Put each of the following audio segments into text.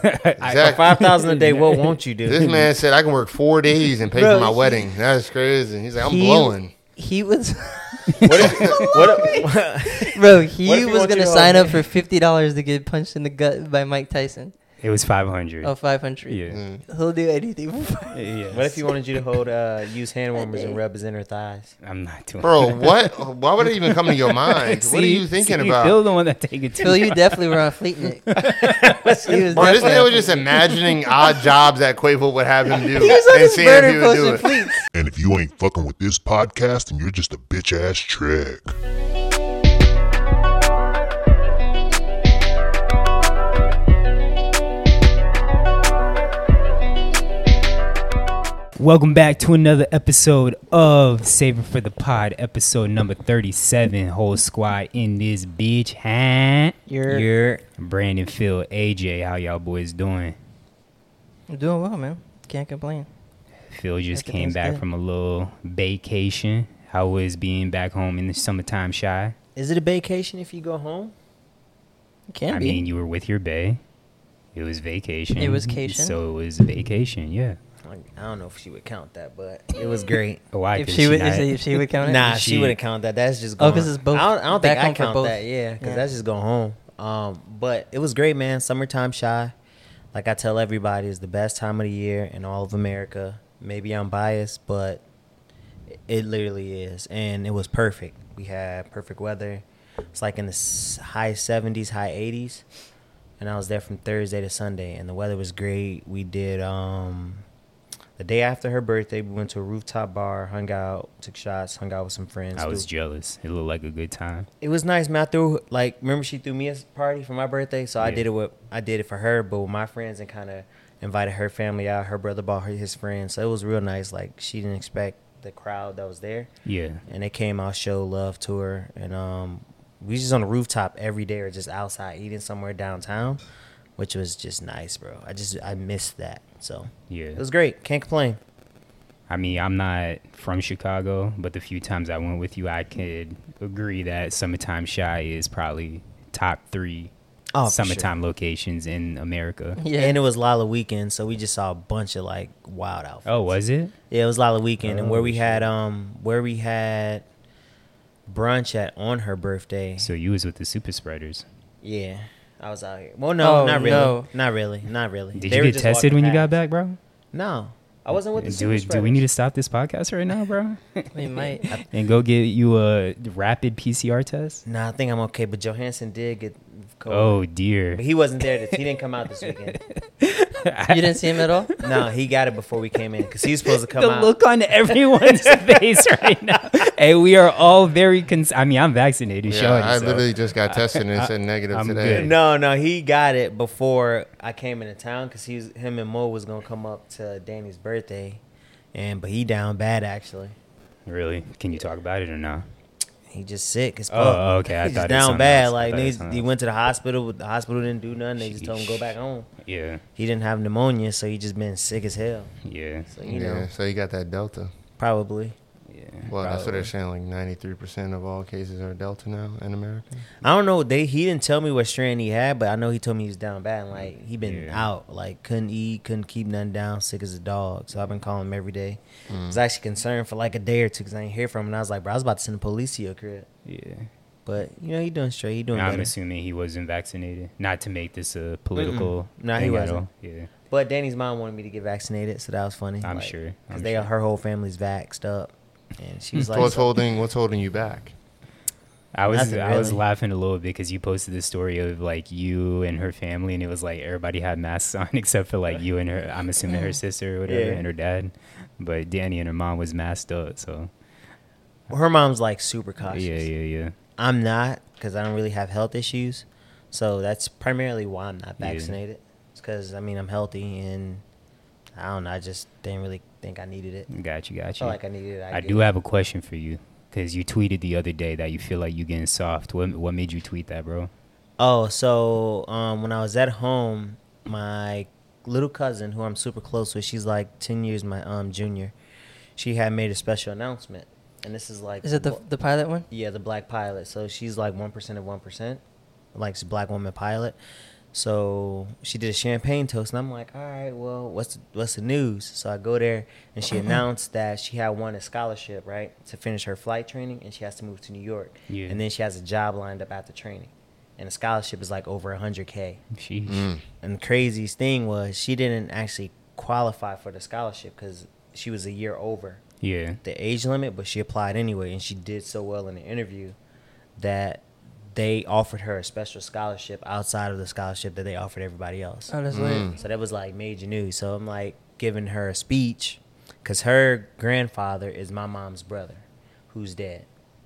For Exactly. five thousand a day, what won't you do? This man said I can work four days and pay Bro, for my he- wedding. That's crazy. He's like, I'm He- blowing. He was, What if, what if, Bro, What he if he was wants gonna you sign all up for fifty dollars to get punched in the gut by Mike Tyson. It was 500. Oh, 500. Mm. Yeah. He'll do anything. for five- Yes. what if he wanted you to hold, uh, use hand warmers and rub his inner thighs? I'm not doing Bro, what? Why would it even come to your mind? what are See- you thinking see, about? Phil, the one that take it to. Phil, you definitely were on Fleetnik. he was Bro, this definitely man on was just Fleetnik. imagining odd jobs that Quavo would have him do He was on and his seeing if he burner would post do with it. Fleets. And if you ain't fucking with this podcast, then you're just a bitch ass trick. Welcome back to another episode of Saving for the Pod, episode number 37. Whole squad in this bitch. Huh? You're- You're Brandon, Phil, AJ. How y'all boys doing? I'm doing well, man. Can't complain. Phil just came Everything's back good. from a little vacation. How was being back home in the summertime shy? Is it a vacation if you go home? Can I be. mean, you were with your bae. It was vacation. It was cation. So it was vacation, yeah. Like, I don't know if she would count that, but it was great. Why? if 'Cause she would, not- if she, if she would count it. Nah, she, She- wouldn't count that. That's just Oh, going. 'cause it's both. I don't, I don't think Back I home for count both. that. Yeah, because Yeah. that's just going home. Um, but it was great, man. Summertime shy, like I tell everybody, is the best time of the year in all of America. Maybe I'm biased, but it- it literally is, and it was perfect. We had perfect weather. It's like in the s- high 70s, high 80s, and I was there from Thursday to Sunday, and the weather was great. We did um, the day after her birthday, we went to a rooftop bar, hung out, took shots, hung out with some friends. I was Threw- jealous. It looked like a good time. it was nice, man. I threw like remember she threw me a party for my birthday, so I Yeah. did it with I did it for her, but with my friends and kind of invited her family out. Her brother bought her his friends, so it was real nice. Like she didn't expect the crowd that was there, Yeah. and they came out, show love to her, and um, we just on the rooftop every day or just outside eating somewhere downtown, which was just nice, bro. I just I missed that, so Yeah. it was great. Can't complain. I mean, I'm not from Chicago, but the few times I went with you, I could agree that Summertime Shy is probably top three Oh, for sure. summertime locations in America. Yeah. And it was Lala weekend, so we just saw a bunch of like wild outfits. Oh, was it? Yeah, it was Lala weekend, and where Oh, we shit. had um where we had brunch at on her birthday. So you was with the super spreaders. yeah, I was out here. Well, no, Oh, not really, no. not really, not really. Did They were you get just tested walking when you got past. back, bro? No, I wasn't with the do, we, super do we need to spreaders. stop this podcast right now, bro? We might. and go get you a rapid PCR test? Nah, I think I'm okay. But Johansson did get COVID. Oh, dear. but he wasn't there. This, he didn't come out this weekend. You didn't see him at all? no, he got it before we came in because he was supposed to come the out. look on everyone's face right now. Hey, we are all very cons- I mean, I'm vaccinated. Yeah, showing, I so. literally just got tested and it said negative I'm today. good. No, no, he got it before I came into town because he was him and Mo was gonna come up to Danny's birthday, and but he down bad actually. Really? Can you talk about it or not? He just sick as fuck. Oh, okay, I He's thought just it was down something bad. else. I Like thought it was niggas, something he else. went to the hospital. but The hospital didn't do nothing. They just told him go back home. Yeah, He didn't have pneumonia, so he just been sick as hell. yeah, So you Yeah, know, so you got that Delta. probably. yeah. Well, that's probably. what they're saying. Like 93% of all cases are Delta now in America. I don't know. They he didn't tell me what strand he had, but I know he told me he was down bad. And like he been Yeah. out, like couldn't eat, couldn't keep nothing down, sick as a dog. So I've been calling him every day. Mm. I was actually concerned for like a day or two because I didn't hear from him. And I was like, bro, I was about to send the police to your crib. Yeah. But you know, he doing straight. He doing Now, I'm better. assuming he wasn't vaccinated. Not to make this a political. Mm-mm. Nah, he thing at wasn't. all. Yeah. But Danny's mom wanted me to get vaccinated, so that was funny. I'm sure. because I'm they sure. Hmm. her whole family's vaxxed up, and she was So like, what's holding what's holding you back? I was Nothing I was really. laughing a little bit because you posted the story of like you and her family, and it was like everybody had masks on except for like you and her. I'm assuming her sister or whatever, Yeah. and her dad. But Danny and her mom was masked up, so her mom's like super cautious. yeah, yeah, yeah. I'm not because I don't really have health issues, so that's primarily why I'm not Yeah. vaccinated. It's because I mean I'm healthy and I don't know. I just didn't really think I needed it. Got you, got you. Felt like I needed it. I, I did. do have a question for you because you tweeted the other day that you feel like you getting soft. What what made you tweet that, bro? Oh, so um, when I was at home, my little cousin, who I'm super close with, she's like ten years my um junior. She had made a special announcement, and this is like Is it the the pilot one? Yeah, the black pilot. So she's like one percent of one percent, like she's a black woman pilot. So she did a champagne toast, and I'm like, all right, well, what's the, what's the news? So I go there, and she announced that she had won a scholarship, right, to finish her flight training, and she has to move to New York, Yeah. and then she has a job lined up after training, and the scholarship is like over 100k. Sheesh. Mm. And the craziest thing was she didn't actually qualify for the scholarship because she was a year over Yeah. the age limit, but she applied anyway, and she did so well in the interview that they offered her a special scholarship outside of the scholarship that they offered everybody else. Oh, that's lit. So that was like major news. So I'm like giving her a speech because her grandfather is my mom's brother who's dead.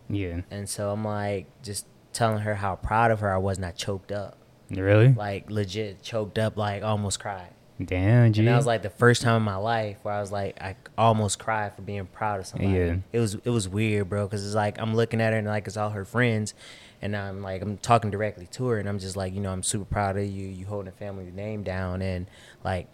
Yeah. And so I'm like just telling her how proud of her I was and I choked up. Really? Like legit choked up, like almost cried. Damn, G. And that was like the first time in my life where I was like, I almost cried for being proud of somebody. Yeah. It was it was weird, bro, because it's like I'm looking at her and like it's all her friends, and I'm like I'm talking directly to her, and I'm just like, you know, I'm super proud of you. You holding the family name down, and like,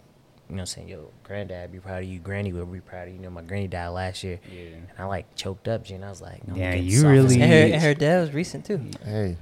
you know, what I'm saying, yo, granddad, be proud of you. Granny will be proud of you. You know, my granny died last year, Yeah. and I like choked up, G, and I was like, Yeah, getting you soft as really- And her, hell. and her dad was recent too, Hey,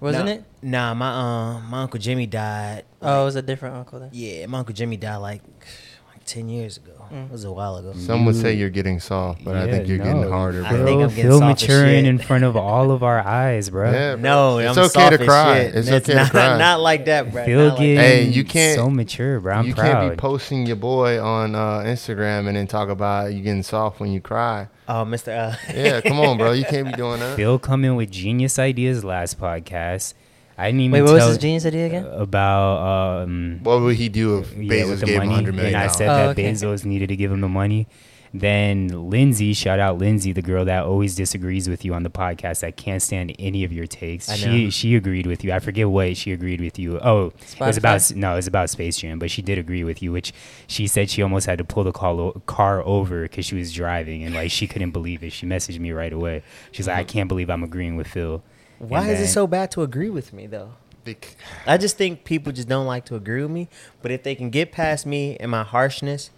wasn't Nah- it? Nah, my um, my uncle Jimmy died. Oh, it was a different uncle then. Yeah, my uncle Jimmy died like like ten years ago. It was a while ago. Mm. some would say you're getting soft, but I Yeah, think you're no. getting harder, I bro. think Bro, I'm getting Phil soft as shit. maturing in front of all of our eyes, bro. Yeah, bro. No, It's I'm okay soft to as cry. shit. It's That's okay to not, cry. Not like that, bro. Phil Not getting like, Hey, you can't- so mature, bro. I'm you proud. can't be posting your boy on uh, Instagram and then talk about you getting soft when you cry. oh, Mister. Uh, Yeah, come on, bro. You can't be doing that. Phil come in with genius ideas last podcast. I didn't even Wait, what was tell his genius idea again? about um What would he do if yeah, Bezos with the gave him money, 100 million? and I dollars? said Oh, that okay. Bezos needed to give him the money. Then Lindsay, shout out Lindsay, the girl that always disagrees with you on the podcast, that can't stand any of your takes. I know. She she agreed with you. I forget what she agreed with you. Oh, it was about Spotify? no, it was about Space Jam, but she did agree with you, which she said she almost had to pull the call o- car over because she was driving and like she couldn't believe it. She messaged me right away. She's like, I can't believe I'm agreeing with Phil. And Mm-hmm. why is it then- so bad to agree with me though? Bec- I just think people just don't like to agree with me. But if they can get past me and my harshness,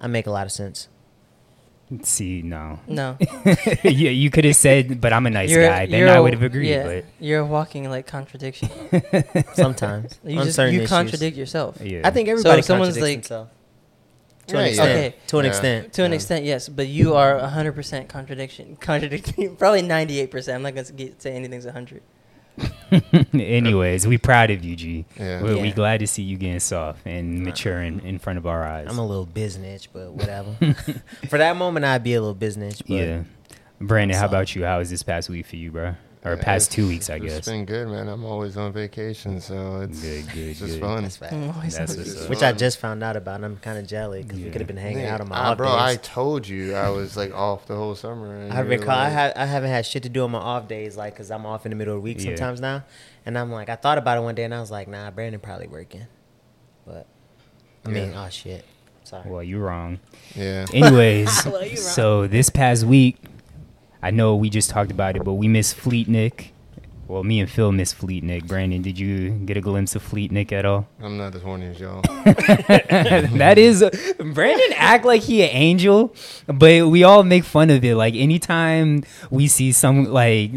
I make a lot of sense. See, no, No, yeah, you could have said, but I'm a nice guy. Then I a- would have agreed. Yeah, you're a walking like contradiction. Sometimes You on just certain you issues. contradict yourself. But yeah, I think everybody someone's contradicts like- themselves to Yeah, an yeah. extent. Okay. To an Yeah. extent. To an Yeah. extent, yes, but you are 100% contradiction. Contradicting, probably 98%. I'm not going to say anything's 100. Anyways, we proud of you, G. Yeah. We're, we Yeah. glad to see you getting soft and maturing in front of our eyes. I'm a little business, but whatever. For that moment, I'd be a little business. But yeah. Brandon, how Soft. about you? How was this past week for you, bro? Or Yeah, past two it's- weeks, I It's guess. been good, man. I'm always on vacation, so it's, Good, good, it's just good. fun. that's fact. Mm, always That's something. what's up. Which I just found out about, and I'm kind of jelly because we Yeah. could have been hanging Yeah. out on my Ah, off bro, I days. told you I was like off the whole summer. and I, you were recall, I, like- ha- I haven't had shit to do on my off days, like, because I'm off in the middle of the week Yeah. sometimes now. And I'm like, I thought about it one day, and I was like, nah, Brandon probably working. But, I mean, oh, shit. Sorry. Well, you're wrong. Yeah. Anyways, Well, you're so this past week, I know we just talked about it, but we missed Fleetnick. Well, me and Phil missed Fleetnick. Brandon, did you get a glimpse of Fleetnick at all? I'm not as horny as y'all. that is Brandon act like he an angel, but we all make fun of it. Like anytime we see some like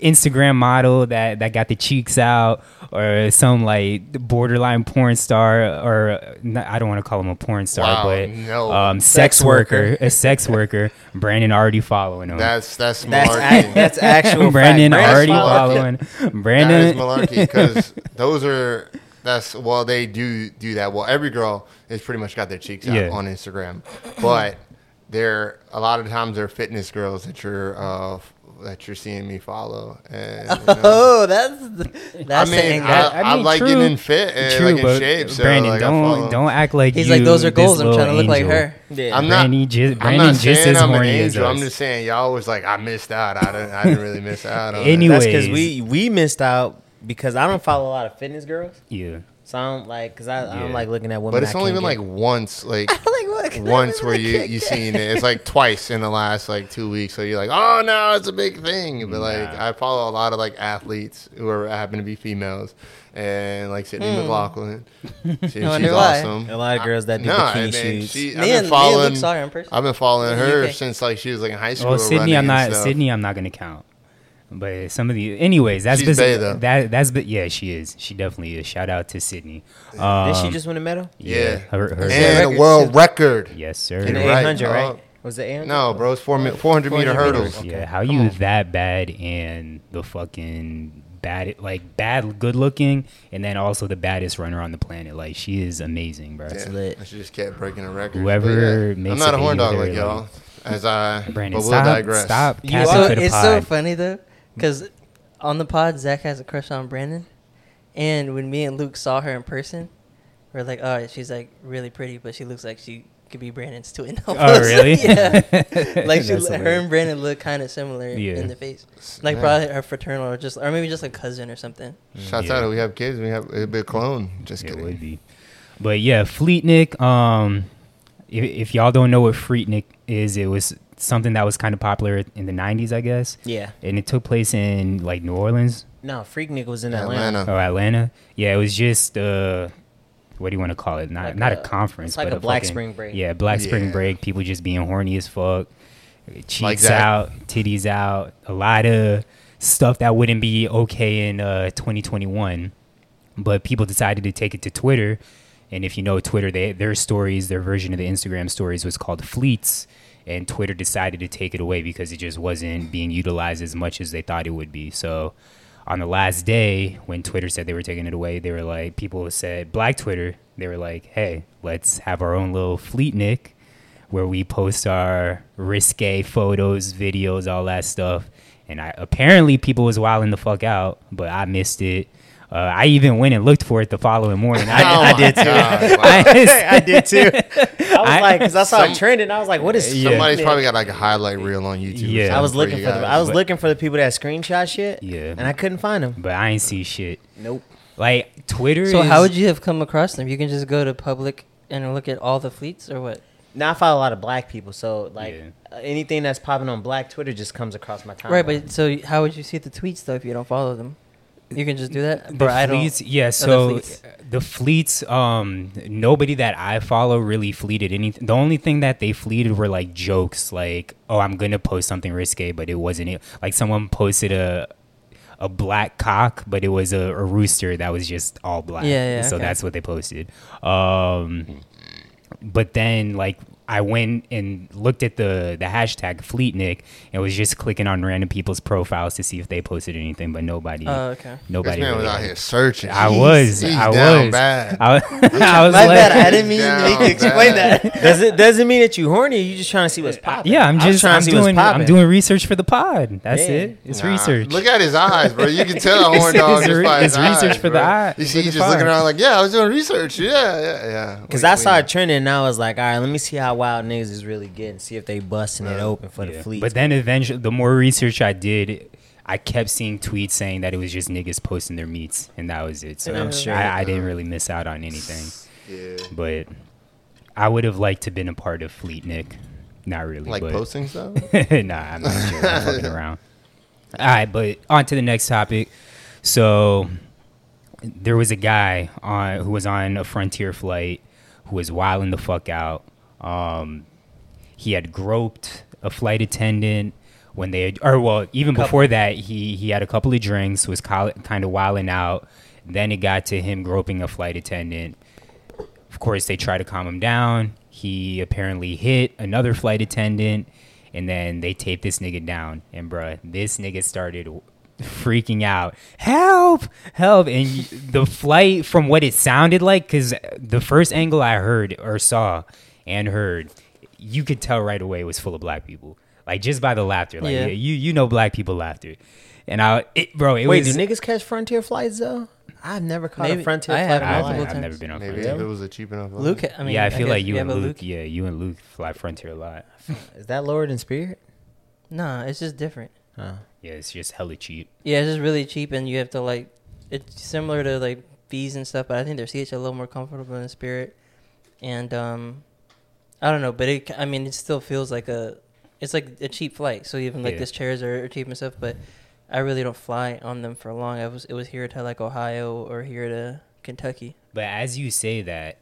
Instagram model that that got the cheeks out, or some like borderline porn star, or not, I don't want to call him a porn star, Wow, but no. um, Sex sex, worker, worker. a sex worker. Brandon already following him. That's that's That's, malarkey. ac- that's actual fact. Brandon Brandon's already following. following- that is Brandon, malarkey because those are that's well they do do that. Well, every girl has pretty much got their cheeks out Yeah. on Instagram, but they're a lot of times they're fitness girls that you're uh, f- that you're seeing me follow. And, you know, Oh, that's the- I that's the mean, angle. I, I I mean, like true. getting in fit and like in but shape. So Brandon, like, I follow. don't don't act like He's you, like, those are this goals. I'm little trying to look like angel." her. Yeah. I'm not. Brandon just, I'm Brandon not just saying as I'm an horny as angel. us. I'm just saying y'all was like I missed out. I didn't. I didn't really miss out. On Anyway. it. That's because Anyways. we, we missed out because I don't follow a lot of fitness girls. yeah. So I don't like, because I, I don't Yeah. like looking at women. but it's I only can't been get. like once, like like what? once where you you seen it. It's like twice in the last like two weeks. So you're like, oh no, it's a big thing. Mm, But like Nah. I follow a lot of like athletes who are happen to be females, and like Sydney McLaughlin. She, she's Hmm. wonder why. awesome. A lot of girls that do No, bikini I mean, shoots. she, I've Me and been me and Luke following. saw her in person. I've been following In the her UK. Oh, since like she was like in high school. Well, Oh, Sydney, running I'm and not stuff. Sydney. I'm not gonna count. But some of the, anyways, that's She's bes- bae, though. that that's but yeah, she is. She definitely is. Shout out to Sydney. Did Um, she just win a medal? Yeah. her- her- and a world record. yes, In the sir. You're right, 800, right? dog. Was it 800? No, bro, it's four mi- 400 meter hurdles. Yeah, how you that bad and the fucking bad, like bad, good looking, and then also the baddest runner on the planet. Like she is amazing, bro. Yeah, lit. I should just kept breaking a record. Whoever I'm makes not it a horn easy dog with like her, y'all. As I, Brandon, but we'll stop, digress. stop. You Cast are- it for the it's so pod. funny though, because on the pod, Zach has a crush on Brandon, and when me and Luke saw her in person, we're like, "Oh, she's like really pretty, but she looks like she could be Brandon's twin." Oh, really? yeah. Like she, That's her hilarious. and Brandon look kind of similar Yeah. in the face, like Yeah. probably her fraternal or just, or maybe just a cousin or something. Shouts Yeah. out, we have kids. We have it'd be a clone. Just It kidding. would be. But yeah, Fleetnik. Um, if, if y'all don't know what Fleetnik is, it was something that was kind of popular in the '90s, I guess. Yeah. And it took place in like New Orleans No, Freaknik was in Atlanta. Atlanta. or Atlanta. Yeah, it was just uh, what do you want to call it? Not Like not a, a- conference, it's like but a Black fucking- Spring Break. Yeah, Black Spring Yeah. Break. People just being horny as fuck, cheeks Like that. out, titties out, a lot of stuff that wouldn't be okay in uh, 2021 but people decided to take it to Twitter. And if you know Twitter, they, their stories, their version of the Instagram stories was called Fleets. And Twitter decided to take it away because it just wasn't being utilized as much as they thought it would be. So on the last day, when Twitter said they were taking it away, they were like, people said, Black Twitter, they were like, hey, let's have our own little Fleet Nick where we post our risque photos, videos, all that stuff. And I apparently people was wilding the fuck out, but I missed it. Uh, I even went and looked for it the following morning. I, Oh I my did too. God, wow. I, I did too. I was I- like, because I saw Some- it trending, I was like, what is? Yeah. Somebody's Freaknik? probably got like a highlight reel on YouTube. or Yeah. something I I was for looking you for the. guys. I was but- looking for the people that screenshot shit. Yeah. And I couldn't find them. but I ain't see shit. Nope. Like Twitter. So is, how would you have come across them? You can just go to public and look at all the fleets, or what? Now I follow a lot of black people, so like Yeah. uh, anything that's popping on black Twitter just comes across my timeline. Right, but so how would you see the tweets though if you don't follow them? You can just do that, bro. I don't. Oh, fleets, yeah. So fleets. the fleets, um, nobody that I follow really fleeted anything. The only thing that they fleeted were like jokes, like, "Oh, I'm gonna post something risque," but it wasn't it. Like someone posted a a black cock, but it was a, a rooster that was just all black. Yeah, yeah, So okay. that's what they posted. Um, but then like I went and looked at the the hashtag Fleetnik and was just clicking on random people's profiles to see if they posted anything, but nobody. Oh, okay. Nobody. This man really was had- out here searching. I He's- was. He's I down was. bad. I, I was My like, bad. I didn't mean Down to make you explain bad. that. Does it doesn't mean that you horny? You just trying to see what's popping. yeah, I'm I was just I'm what's doing I'm popping. doing research for the pod. That's Yeah. it. It's Nah, research. Look at his eyes, bro. You can tell a It's- horn dog it's just re- by his it's research eyes, for the bro. eye- You for see, he's the just looking fire. around like, yeah, I was doing research. Yeah, yeah, yeah. Cause Wait, I saw wait. it trending, and I was like, all right, let me see how wild niggas is really getting. See if they busting it open for the Yeah. fleet. But then eventually, the more research I did, I kept seeing tweets saying that it was just niggas posting their meats, and that was it. So And I'm sure- I, I didn't really miss out on anything. Yeah. But I would have liked to been a part of Fleet Nick. Not really. Like but. posting stuff? nah, I'm not joking. I'm fucking around. All right, but on to the next topic. So there was a guy on who was on a frontier flight who was wilding the fuck out. Um, he had groped a flight attendant when they had, or well, even before that, he he had a couple of drinks, was kind of wilding out. Then it got to him groping a flight attendant. Of course, they try to calm him down. He apparently hit another flight attendant, and then they taped this nigga down. And bruh, this nigga started w- freaking out. Help! Help! And y- the flight, from what it sounded like, because the first angle I heard or saw and heard, you could tell right away it was full of black people. Like just by the laughter, like Yeah. you you know black people laughter, and I it bro it Wait, was do niggas catch frontier flights though? I've never caught Maybe- a frontier I flight. have in my I've, multiple I've life. never been on. Maybe frontier. if it was a cheap enough. one. Luke, I mean, yeah, I feel guess like you we and have a Luke, Yeah, you and Luke fly frontier a lot. Is that Lord in Spirit? Nah, it's just different. Yeah, it's just hella cheap. Yeah, it's just really cheap, and you have to like. It's similar to like fees and stuff, but I think their seats are a little more comfortable in spirit, and um, I don't know, but it. I mean, it still feels like a. It's like a cheap flight, so even like Yeah. these chairs are, are cheap and stuff, but I really don't fly on them for long. I was it was here to like Ohio or here to Kentucky. But as you say that,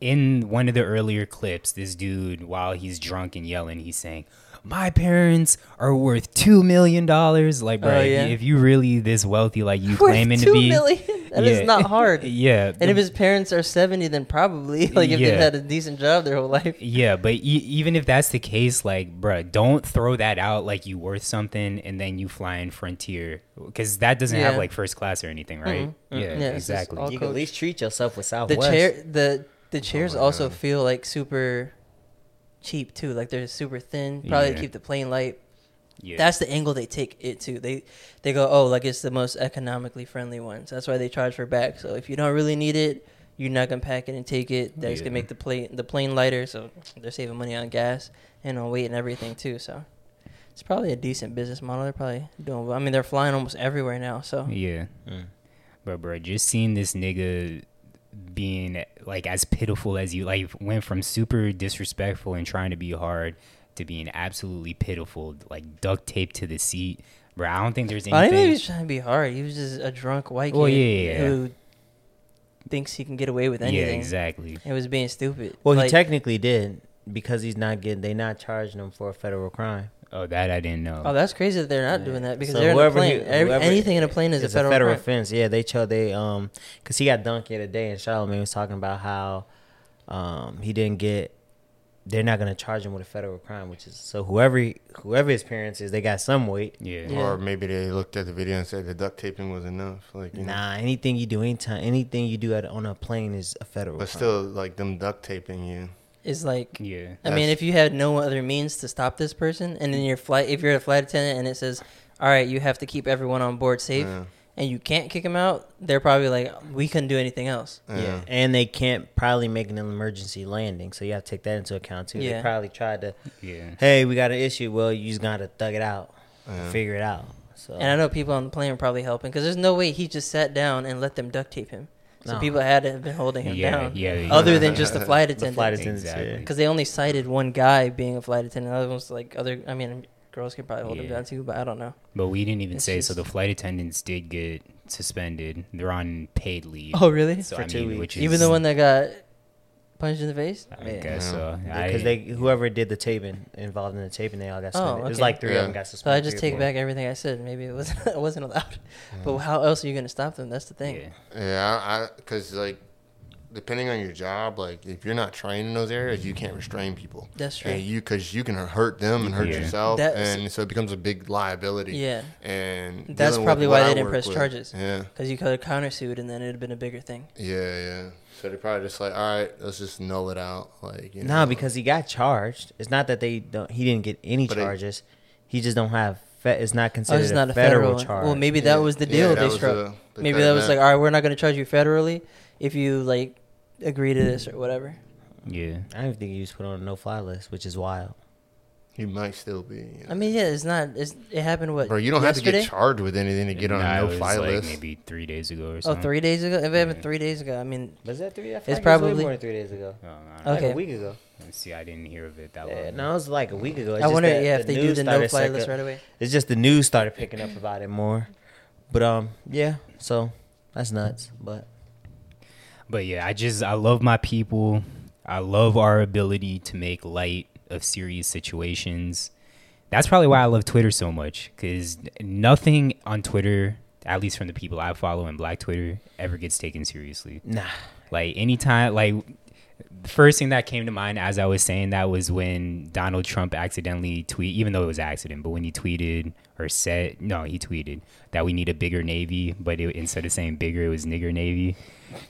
in one of the earlier clips, this dude, while he's drunk and yelling, he's saying, my parents are worth two million dollars. Like, bro, Oh, if, yeah. you, if you really this wealthy, like you Worth claiming to two be, million? That is Yeah. not hard. yeah, And if his parents are 70, then probably. Like, if Yeah. they've had a decent job their whole life. Yeah, but e- even if that's the case, like, bruh, don't throw that out like you worth something and then you fly in Frontier because that doesn't have Yeah. Mm-hmm. like first class or anything, right? Yeah, Yeah, it's just exactly. all- You can at least treat yourself with The Southwest. chair, the Oh the chairs also feel like super cheap too. Like they're super thin. Probably Yeah. to keep the plane light. yeah. That's the angle they take it to. They they go, oh, like it's the most economically friendly ones. That's why they charge for back. So if you don't really need it, you're not gonna pack it and take it. That's Yeah. gonna make the plane the plane lighter. So they're saving money on gas and on weight and everything too. So it's probably a decent business model. They're probably doing. well. I mean, they're flying almost everywhere now. So yeah. But, bruh, just seeing this nigga being like as pitiful as you, like, went from super disrespectful and trying to be hard to being absolutely pitiful, like, duct taped to the seat. Bruh, I don't think there's I didn't think he anything. was trying to be hard. He was just a drunk white kid Well, yeah, yeah, yeah. who thinks he can get away with yeah, anything. exactly. It was being stupid. Well, he Like, technically did because he's not getting. They not charging him for a federal crime. Oh, that I didn't know. Oh, that's crazy that they're not doing that because So they're in a whoever plane. he- Every, whoever- anything in a plane is a it's federal, crime. offense. Yeah, they chose they um because he got dunked here today, and Charlamagne was talking about how um he didn't get. They're not gonna charge him with a federal crime, which is so whoever he- whoever his parents is, they got some weight. yeah. Yeah. Or maybe they looked at the video and said the duct taping was enough. Like, you know. Nah, anything you do, anytime, anything you do at, on a plane is a federal. But crime. still, like them duct taping you. Is like, Yeah. I mean, That's- if you had no other means to stop this person, and then your flight, if you're a flight attendant, and it says, "All right, you have to keep everyone on board safe," Yeah. and you can't kick them out, they're probably like, "We couldn't do anything else." Yeah. Yeah, and they can't probably make an emergency landing, so you have to take that into account too. They Yeah. probably tried to, Yeah. hey, we got an issue. Well, you just gotta thug it out, figure it out. So And I know people on the plane were probably helping because there's no way he just sat down and let them duct tape him. So No. people had to have been holding him Yeah, down. yeah, yeah. Other than just the flight the attendant. flight attendants, Exactly. yeah. Because they only cited one guy being a flight attendant. The other ones like other. I mean, girls can probably hold him Yeah. down too, but I don't know. But we didn't even It's say so. The just- flight attendants did get suspended. They're on paid leave. Oh, really? so, for I two mean, weeks. which is Even the one that got punched in the face. I guess Yeah. so. I- because they whoever did the taping involved in the taping, they all got suspended. It was Oh, okay. like three Yeah. of them got So I suspended. just three take or back everything I said. Maybe it wasn't it wasn't allowed. But how else are you gonna stop them? That's the thing. yeah. Yeah, I because like depending on your job, like if you're not trained in those areas, you can't restrain people. That's true. And you because you can hurt them and hurt Yeah. yourself, That's- and so it becomes a big liability. Yeah. and That's dealing with probably what why I they didn't work press with- charges. Yeah, Because you could have countersued, and then it'd have been a bigger thing. yeah, yeah. So they probably just like, all right, let's just null it out. Like, you No, know. because he got charged. It's not that they don't. He didn't get any But it- charges. he just don't have. Fe- it's not Oh, considered it's not a federal, one. charge. Well, maybe Yeah. that was the Yeah, deal that they was struck. the- the maybe cut that of was that. like, all right, we're not going to charge you federally if you like agree to this or whatever. Yeah. I don't think he was put on a no-fly list, which is wild. you might still be. you know. I mean, yeah, it's not. It's, it happened what? bro, you don't have to yesterday? get charged with anything to get on Nah, it a was, no-fly like, list. Maybe three days ago or Oh, something. three days ago. If it happened three days ago, I mean, Was that three? I It's like it was way probably- more more than than three days ago. Oh, I don't know. Like a a Okay. week week ago. See, I didn't hear of it that long. no, it was like a week ago. It's I just wonder, that yeah, if they do news the started no fly circu- list right away. It's just the news started picking up about it more. But um, yeah. So that's nuts. But But yeah, I just I love my people. I love our ability to make light of serious situations. That's probably why I love Twitter so much cuz nothing on Twitter, at least from the people I follow in Black Twitter, ever gets taken seriously. nah, Like anytime like the first thing that came to mind as I was saying that was when Donald Trump accidentally tweet, even though it was an accident, but when he tweeted or said, no, he tweeted that we need a bigger navy, but it, instead of saying bigger, it was nigger navy.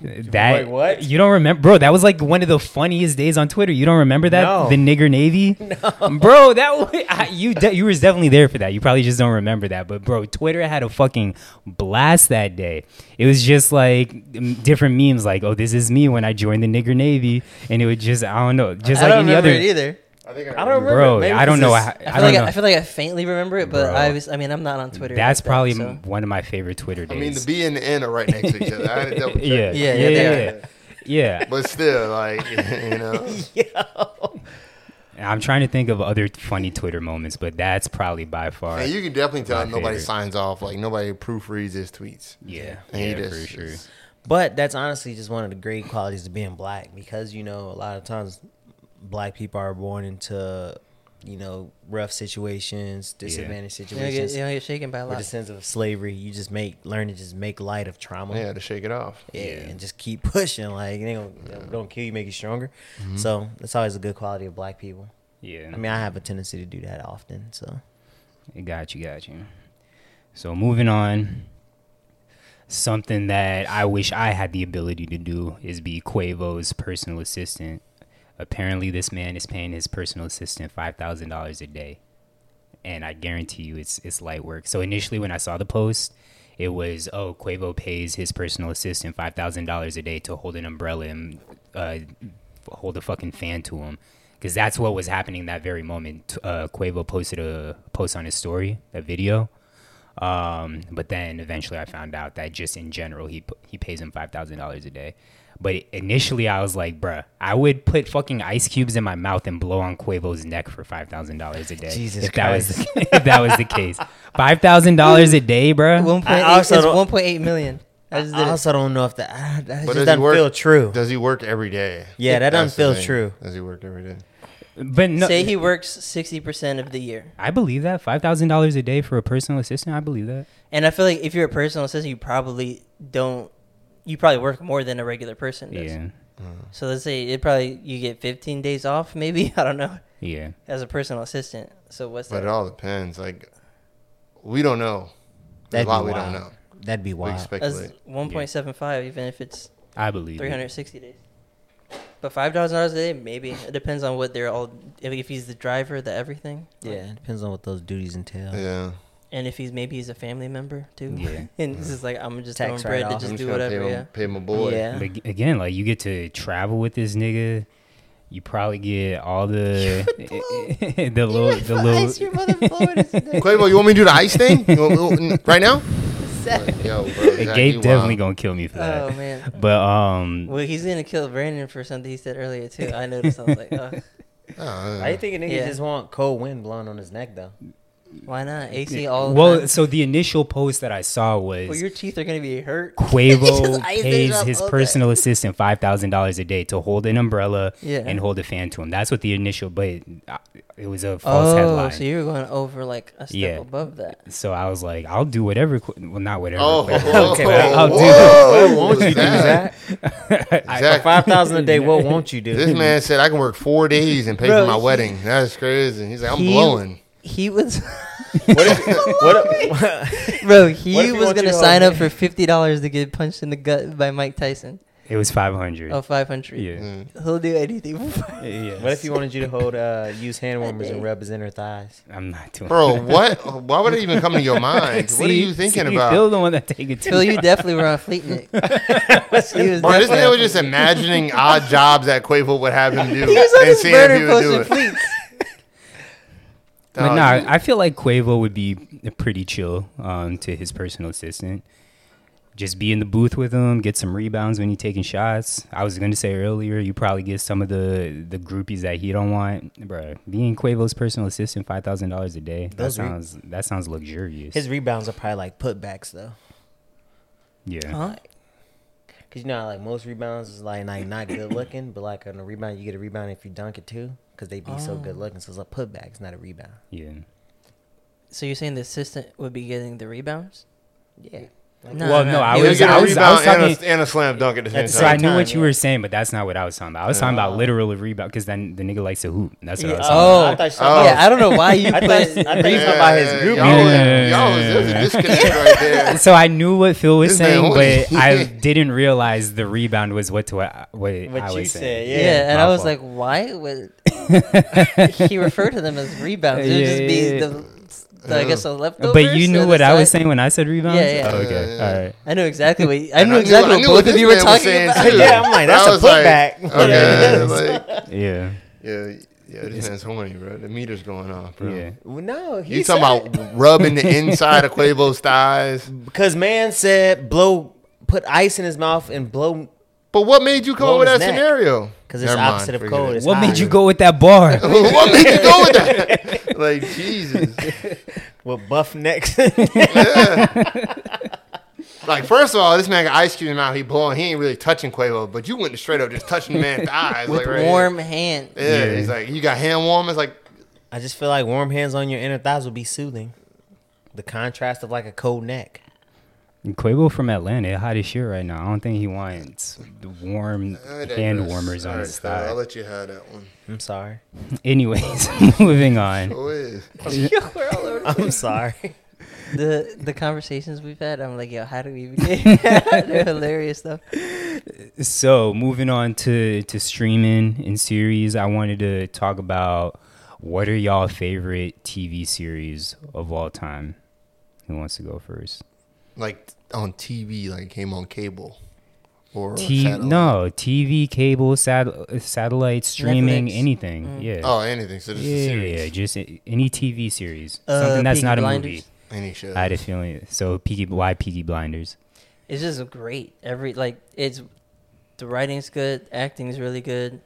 That Wait, what? you don't remember, bro? That was like one of the funniest days on Twitter. You don't remember that No. the nigger navy, no. bro? That wa- I, you de- you was definitely there for that. You probably just don't remember that, but bro, Twitter had a fucking blast that day. It was just like m- different memes, like "Oh, this is me when I joined the nigger navy," and it would just I don't know, just I like don't any remember other it either. I think I, I don't remember. bro. Maybe I don't this know. is- how- I I, feel don't like know. I feel like I faintly remember it, but Bro. I was. I mean, I'm not on Twitter. That's like that, probably so- m one of my favorite Twitter days. I mean, the B and the N are right next to each other. I had to double check. yeah, Yeah, yeah, yeah, yeah, they yeah. yeah. But still, like, you know. I'm trying to think of other funny Twitter moments, but that's probably by far. And you can definitely My tell nobody favorite. signs off. Like nobody proofreads his tweets. yeah, And he yeah, just- for sure. it's- but that's honestly just one of the great qualities of being black because you know a lot of times black people are born into you know, rough situations, disadvantaged You don't get, situations, you don't get shaken by a or the lot. sense of slavery. You just make learn to just make light of trauma. Yeah, to shake it off. Yeah, and just keep pushing. Like they don't, don't kill you, make you stronger. So that's always a good quality of black people. Yeah. I mean, I have a tendency to do that often. So I got you, got you. So moving on, something that I wish I had the ability to do is be Quavo's personal assistant. Apparently, this man is paying his personal assistant five thousand dollars a day, and I guarantee you, it's it's light work. So initially, when I saw the post, it was oh Quavo pays his personal assistant five thousand dollars a day to hold an umbrella and uh, hold a fucking fan to him because that's what was happening that very moment. Uh, Quavo posted a post on his story, a video. Um, but then eventually I found out that just in general, he p- he pays him five thousand dollars a day. But initially I was like, bruh, I would put fucking ice cubes in my mouth and blow on Quavo's neck for five thousand dollars a day. Jesus if that was the, if that was the case, five thousand dollars a day, bruh. One point I eight. It's also don't- one point eight million. I just did I it. also don't know if that I, that But just does he doesn't work- feel true. Does he work every day? Yeah, that That's doesn't the feel thing. true. Does he work every day? But no, Say he works sixty percent of the year, I believe that five thousand dollars a day for a personal assistant. I believe that. and I feel like if you're a personal assistant, you probably don't. You probably work more than a regular person does. Yeah, So let's say it probably you get 15 days off, maybe I don't know, yeah. as a personal assistant. So what's But uh, that? it all depends. Like, we don't know. There's a That'd be lot we wild. don't know. That'd be We wild. That's speculate. 1.75, even if it's I believe. it. 360 days. But five dollars a day, maybe it depends on what they're all. If, if he's the driver, the everything. yeah, it depends on what those duties entail. Yeah. And if he's maybe he's a family member too. Yeah. and this is like I'm just Tax throwing bread write-off. to I'm just do gonna whatever. Pay, yeah. my, pay my boy. Yeah. But again, like you get to travel with this nigga. You probably get all the the little the little. Quavo, you want me to do the ice thing You want- you want- right now? Like, yo, bro, Zach, Gabe you definitely wild. gonna kill me for that. Oh man. But um, Well, he's gonna kill Brandon for something he said earlier too. I noticed. I was like, oh, Oh, I think a nigga Yeah. just want cold wind blowing on his neck though. why not AC all? the well, time? so the initial post that I saw was well, your teeth are gonna be hurt. Quavo pays his personal assistant five thousand dollars a day to hold an umbrella Yeah. and hold a fan to him. That's what the initial, but uh, it was a false oh, headline. so you were going over like a step Yeah. above that. So I was like, I'll do whatever. Qu- Well, not whatever. Oh, Quavo- okay, I'll- I'll do whoa, won't you do Zach, that? Zach, five thousand a day. What won't you? you do? this man said I can work four days and pay Bro, for my he- wedding. That's crazy. He's like, I'm He- blowing. He was, What if, what if, bro. What if He he was wants gonna you to sign hold up for fifty dollars to get punched in the gut by Mike Tyson. It was five hundred. Oh, 500. yeah. He'll do anything. for- Yeah. what if he wanted you to hold, uh, use hand warmers and day. rub his inner thighs? I'm not doing. Bro, what? Why would it even come to your mind? what are you thinking about? Phil, the one that take it to. Phil, you definitely were on Fleetnik. he was Bro, this definitely man on was just imagining odd jobs that Quavo would have him do Fleetnik. He was on and his seeing if he burner would do posting it. fleets. But Oh, nah, you- I feel like Quavo would be pretty chill um, to his personal assistant. Just be in the booth with him, get some rebounds when you're taking shots. I was gonna say earlier, you probably get some of the the groupies that he don't want, bro. Being Quavo's personal assistant, five thousand dollars a day. That Those re- sounds that sounds luxurious. His rebounds are probably like putbacks though, yeah, uh, Huh? cause you know how, like most rebounds is like, like not good looking, but like on a rebound you get a rebound if you dunk it too, cause they be so good looking. So it's a putback, it's not a rebound. yeah. So you're saying the assistant would be getting the rebounds? Yeah. Well, no, I he He was- would get I a was- I rebound was and talking- a- and a slam dunk at the same That's So I time. knew what time, you yeah. Uh, were saying, but that's not what I was talking about. I was talking about literal rebound because then the nigga likes to hoop. That's what I was talking about. Oh, I thought you Oh. said- Yeah, I don't know why you I put. thought, I thought you was talking about his group. Y'all, Yeah. y'all was, there's a disconnect right there. So I knew what Phil was This saying, man- but I didn't realize the rebound was what to what, what What I you was said, saying. Yeah, and My I was fault. like, why would he referred to them as rebounds? It would Yeah, just be yeah, the, the I guess the leftovers. But you knew or what the I was side- saying when I said rebound. Yeah, yeah. Oh, okay. Yeah, yeah. All right. I know exactly what you, And I knew exactly I what knew both of this you were man was talking saying, about. too. Yeah, I'm like, that's I a was like, putback. Okay, Yeah. like, yeah, yeah, this man's horny, bro. The meter's going off, bro. Yeah. Well, No, he You talking about rubbing the inside of Quavo's thighs? because man said blow, put ice in his mouth and blow. But what made you come Blow up with his that neck. scenario? 'Cause it's Never mind, opposite of forget cold. it. It's What hot. made you go with that bar? what made you go with that? like Jesus. With buff necks. Like first of all, this man got ice cube in his mouth. He blowing. He ain't really touching Quavo, but you went straight up just touching the man's thighs. With like, right warm hands. here. Yeah, he's like, you got hand warmers. Like, I just feel like warm hands on your inner thighs would be soothing. The contrast of like a cold neck. Quavo from Atlanta, hot as shit right now. I don't think he wants the warm I hand digress. warmers uh, All on right, his Star, I'll thigh. let you have that one. I'm sorry. Anyways, moving on. Oh, is. We're all over I'm sorry. the the conversations we've had. I'm like, yo, how do we even get? They're hilarious stuff. So moving on to to streaming and series, I wanted to talk about what are y'all favorite TV series of all time. Who wants to go first? Like on TV, like came on cable or T- satellite. no TV, cable, sat- satellite, streaming, Netflix. Mm. anything. Yeah. Oh, anything. So just yeah, a yeah, series, yeah, just a- any TV series, Uh, something that's Peaky not a Blinders. movie. any show. I had a feeling. So Peaky, why Peaky Blinders? It's just great. Every like it's the writing's good, acting's really good.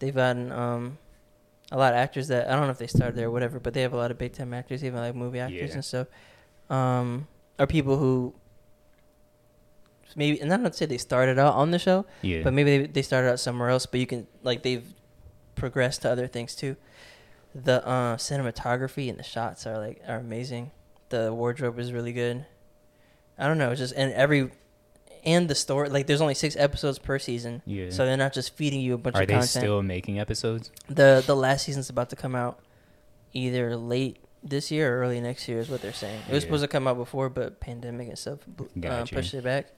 They've gotten um a lot of actors that I don't know if they started there or whatever, but they have a lot of big time actors, even like movie actors Yeah. and stuff. Um are people who maybe and I don't say they started out on the show, Yeah, but maybe they, they started out somewhere else, but you can like they've progressed to other things too. The uh, cinematography and the shots are like are amazing. The wardrobe is really good. I don't know, it's just and every and the story like there's only six episodes per season, yeah. so they're not just feeding you a bunch are of they content. still making episodes? the the last season's about to come out either late this year or early next year is what they're saying. It was Yeah. supposed to come out before, but pandemic and stuff bl- uh, Gotcha. pushed it back.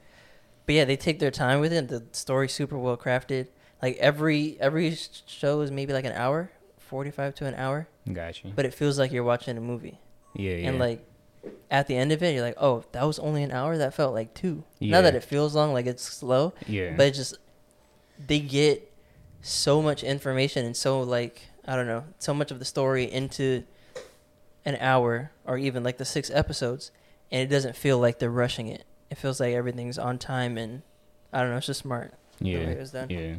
But yeah, they take their time with it. The story's super well crafted. Like every every s- show is maybe like an hour, forty five to an hour, Gotcha. but it feels like you're watching a movie. yeah, yeah. And like at the end of it, you're like, oh, that was only an hour. That felt like two. Yeah. Not that it feels long, like it's slow, yeah, but it's just they get so much information and so like I don't know so much of the story into an hour or even like the six episodes, and it doesn't feel like they're rushing it. It feels like everything's on time and I don't know. It's just smart. yeah, way it was done. yeah.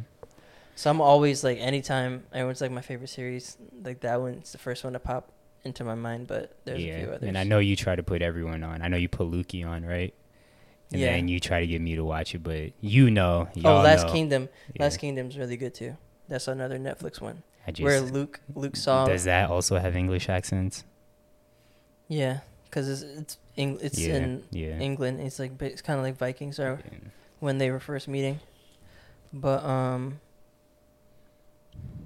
So I'm always like anytime everyone's like my favorite series, like that one. It's the first one to pop into my mind, but there's yeah. a few others. And I know you try to put everyone on. I know you put Lukey on, right? And Yeah. then you try to get me to watch it, but you know, y'all Oh, Last know. Kingdom. Yeah. Last Kingdom's really good too. That's another Netflix one I just, where Luke Luke saw does that also have English accents? Yeah, because it's it's, Eng- it's yeah, in yeah. England. It's like ba- it's kind of like Vikings are yeah. when they were first meeting, but um.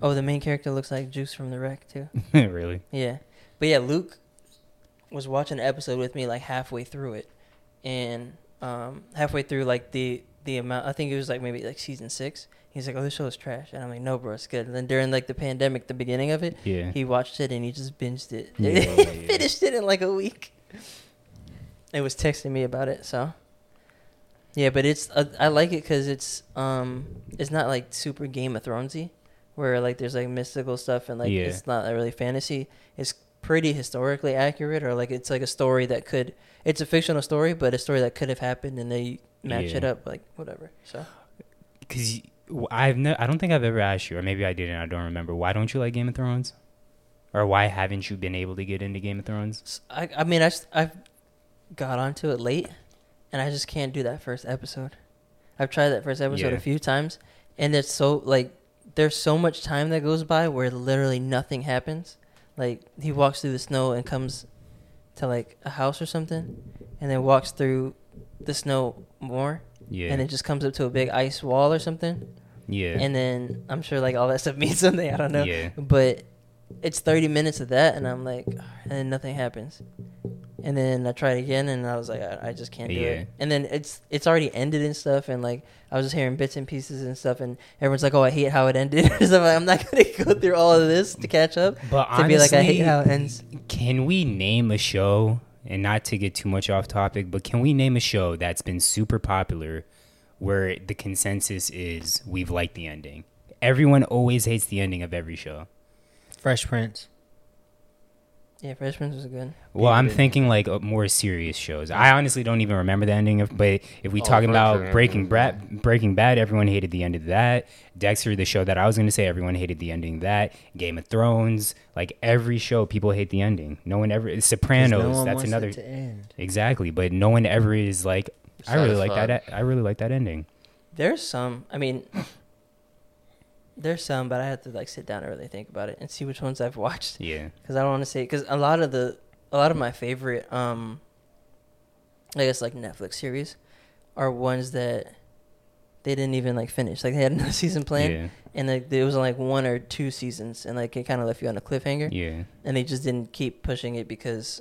Oh, the main character looks like Juice from the Wreck too. really? Yeah, but yeah, Luke was watching an episode with me like halfway through it, and um, halfway through like the the amount I think it was like maybe like season six. He's like, "Oh, this show is trash," and I'm like, "No, bro, it's good." And then during like the pandemic, the beginning of it, Yeah. he watched it and he just binged it. Yeah, He yeah, yeah. Finished it in like a week. It was texting me about it, so yeah. But it's uh, I like it because it's um it's not like super Game of Thronesy, where like there's like mystical stuff and like Yeah. it's not like, really fantasy. It's pretty historically accurate, or like it's like a story that could it's a fictional story, but a story that could have happened, and they match Yeah. it up like whatever. So Because I've ne- I don't think I've ever asked you, or maybe I didn't. I don't remember. Why don't you like Game of Thrones? Or why haven't you been able to get into Game of Thrones? S- I, I mean, I just, I've got onto it late, and I just can't do that first episode. I've tried that first episode Yeah. a few times, and it's so like there's so much time that goes by where literally nothing happens. Like he walks through the snow and comes to like a house or something, and then walks through the snow more, Yeah. and it just comes up to a big ice wall or something, yeah. and then I'm sure like all that stuff means something. I don't know. Yeah. But it's 30 minutes of that, and I'm like, and then nothing happens. And then I tried again, and I was like, I, I just can't do Yeah. it. And then it's it's already ended and stuff, and like I was just hearing bits and pieces and stuff, and everyone's like, oh, I hate how it ended. so I'm like, I'm not gonna go through all of this to catch up. But to be like, I hate honestly, how it ends. Can we name a show, and not to get too much off topic, but can we name a show that's been super popular where the consensus is we've liked the ending? Everyone always hates the ending of every show. Fresh Prince. Yeah, Freshman was good. Well, I'm thinking like uh, more serious shows. I honestly don't even remember the ending of. But if we Oh, talking for about sure. Breaking Bad, Breaking Bad, everyone hated the end of that. Dexter, the show that I was going to say, everyone hated the ending of that. Game of Thrones, like every show, people hate the ending. No one ever. 'Cause Sopranos, no one that's wants it another. to end. Exactly, but no one ever is like. I really like that. Satisfied. I really like that ending. There's some. I mean, There's some, but I have to like sit down and really think about it and see which ones I've watched Yeah. because I don't want to say because a lot of the a lot of my favorite um I guess like Netflix series are ones that they didn't even like finish like they had another season planned Yeah. and like it was like one or two seasons and like it kind of left you on a cliffhanger Yeah. and they just didn't keep pushing it because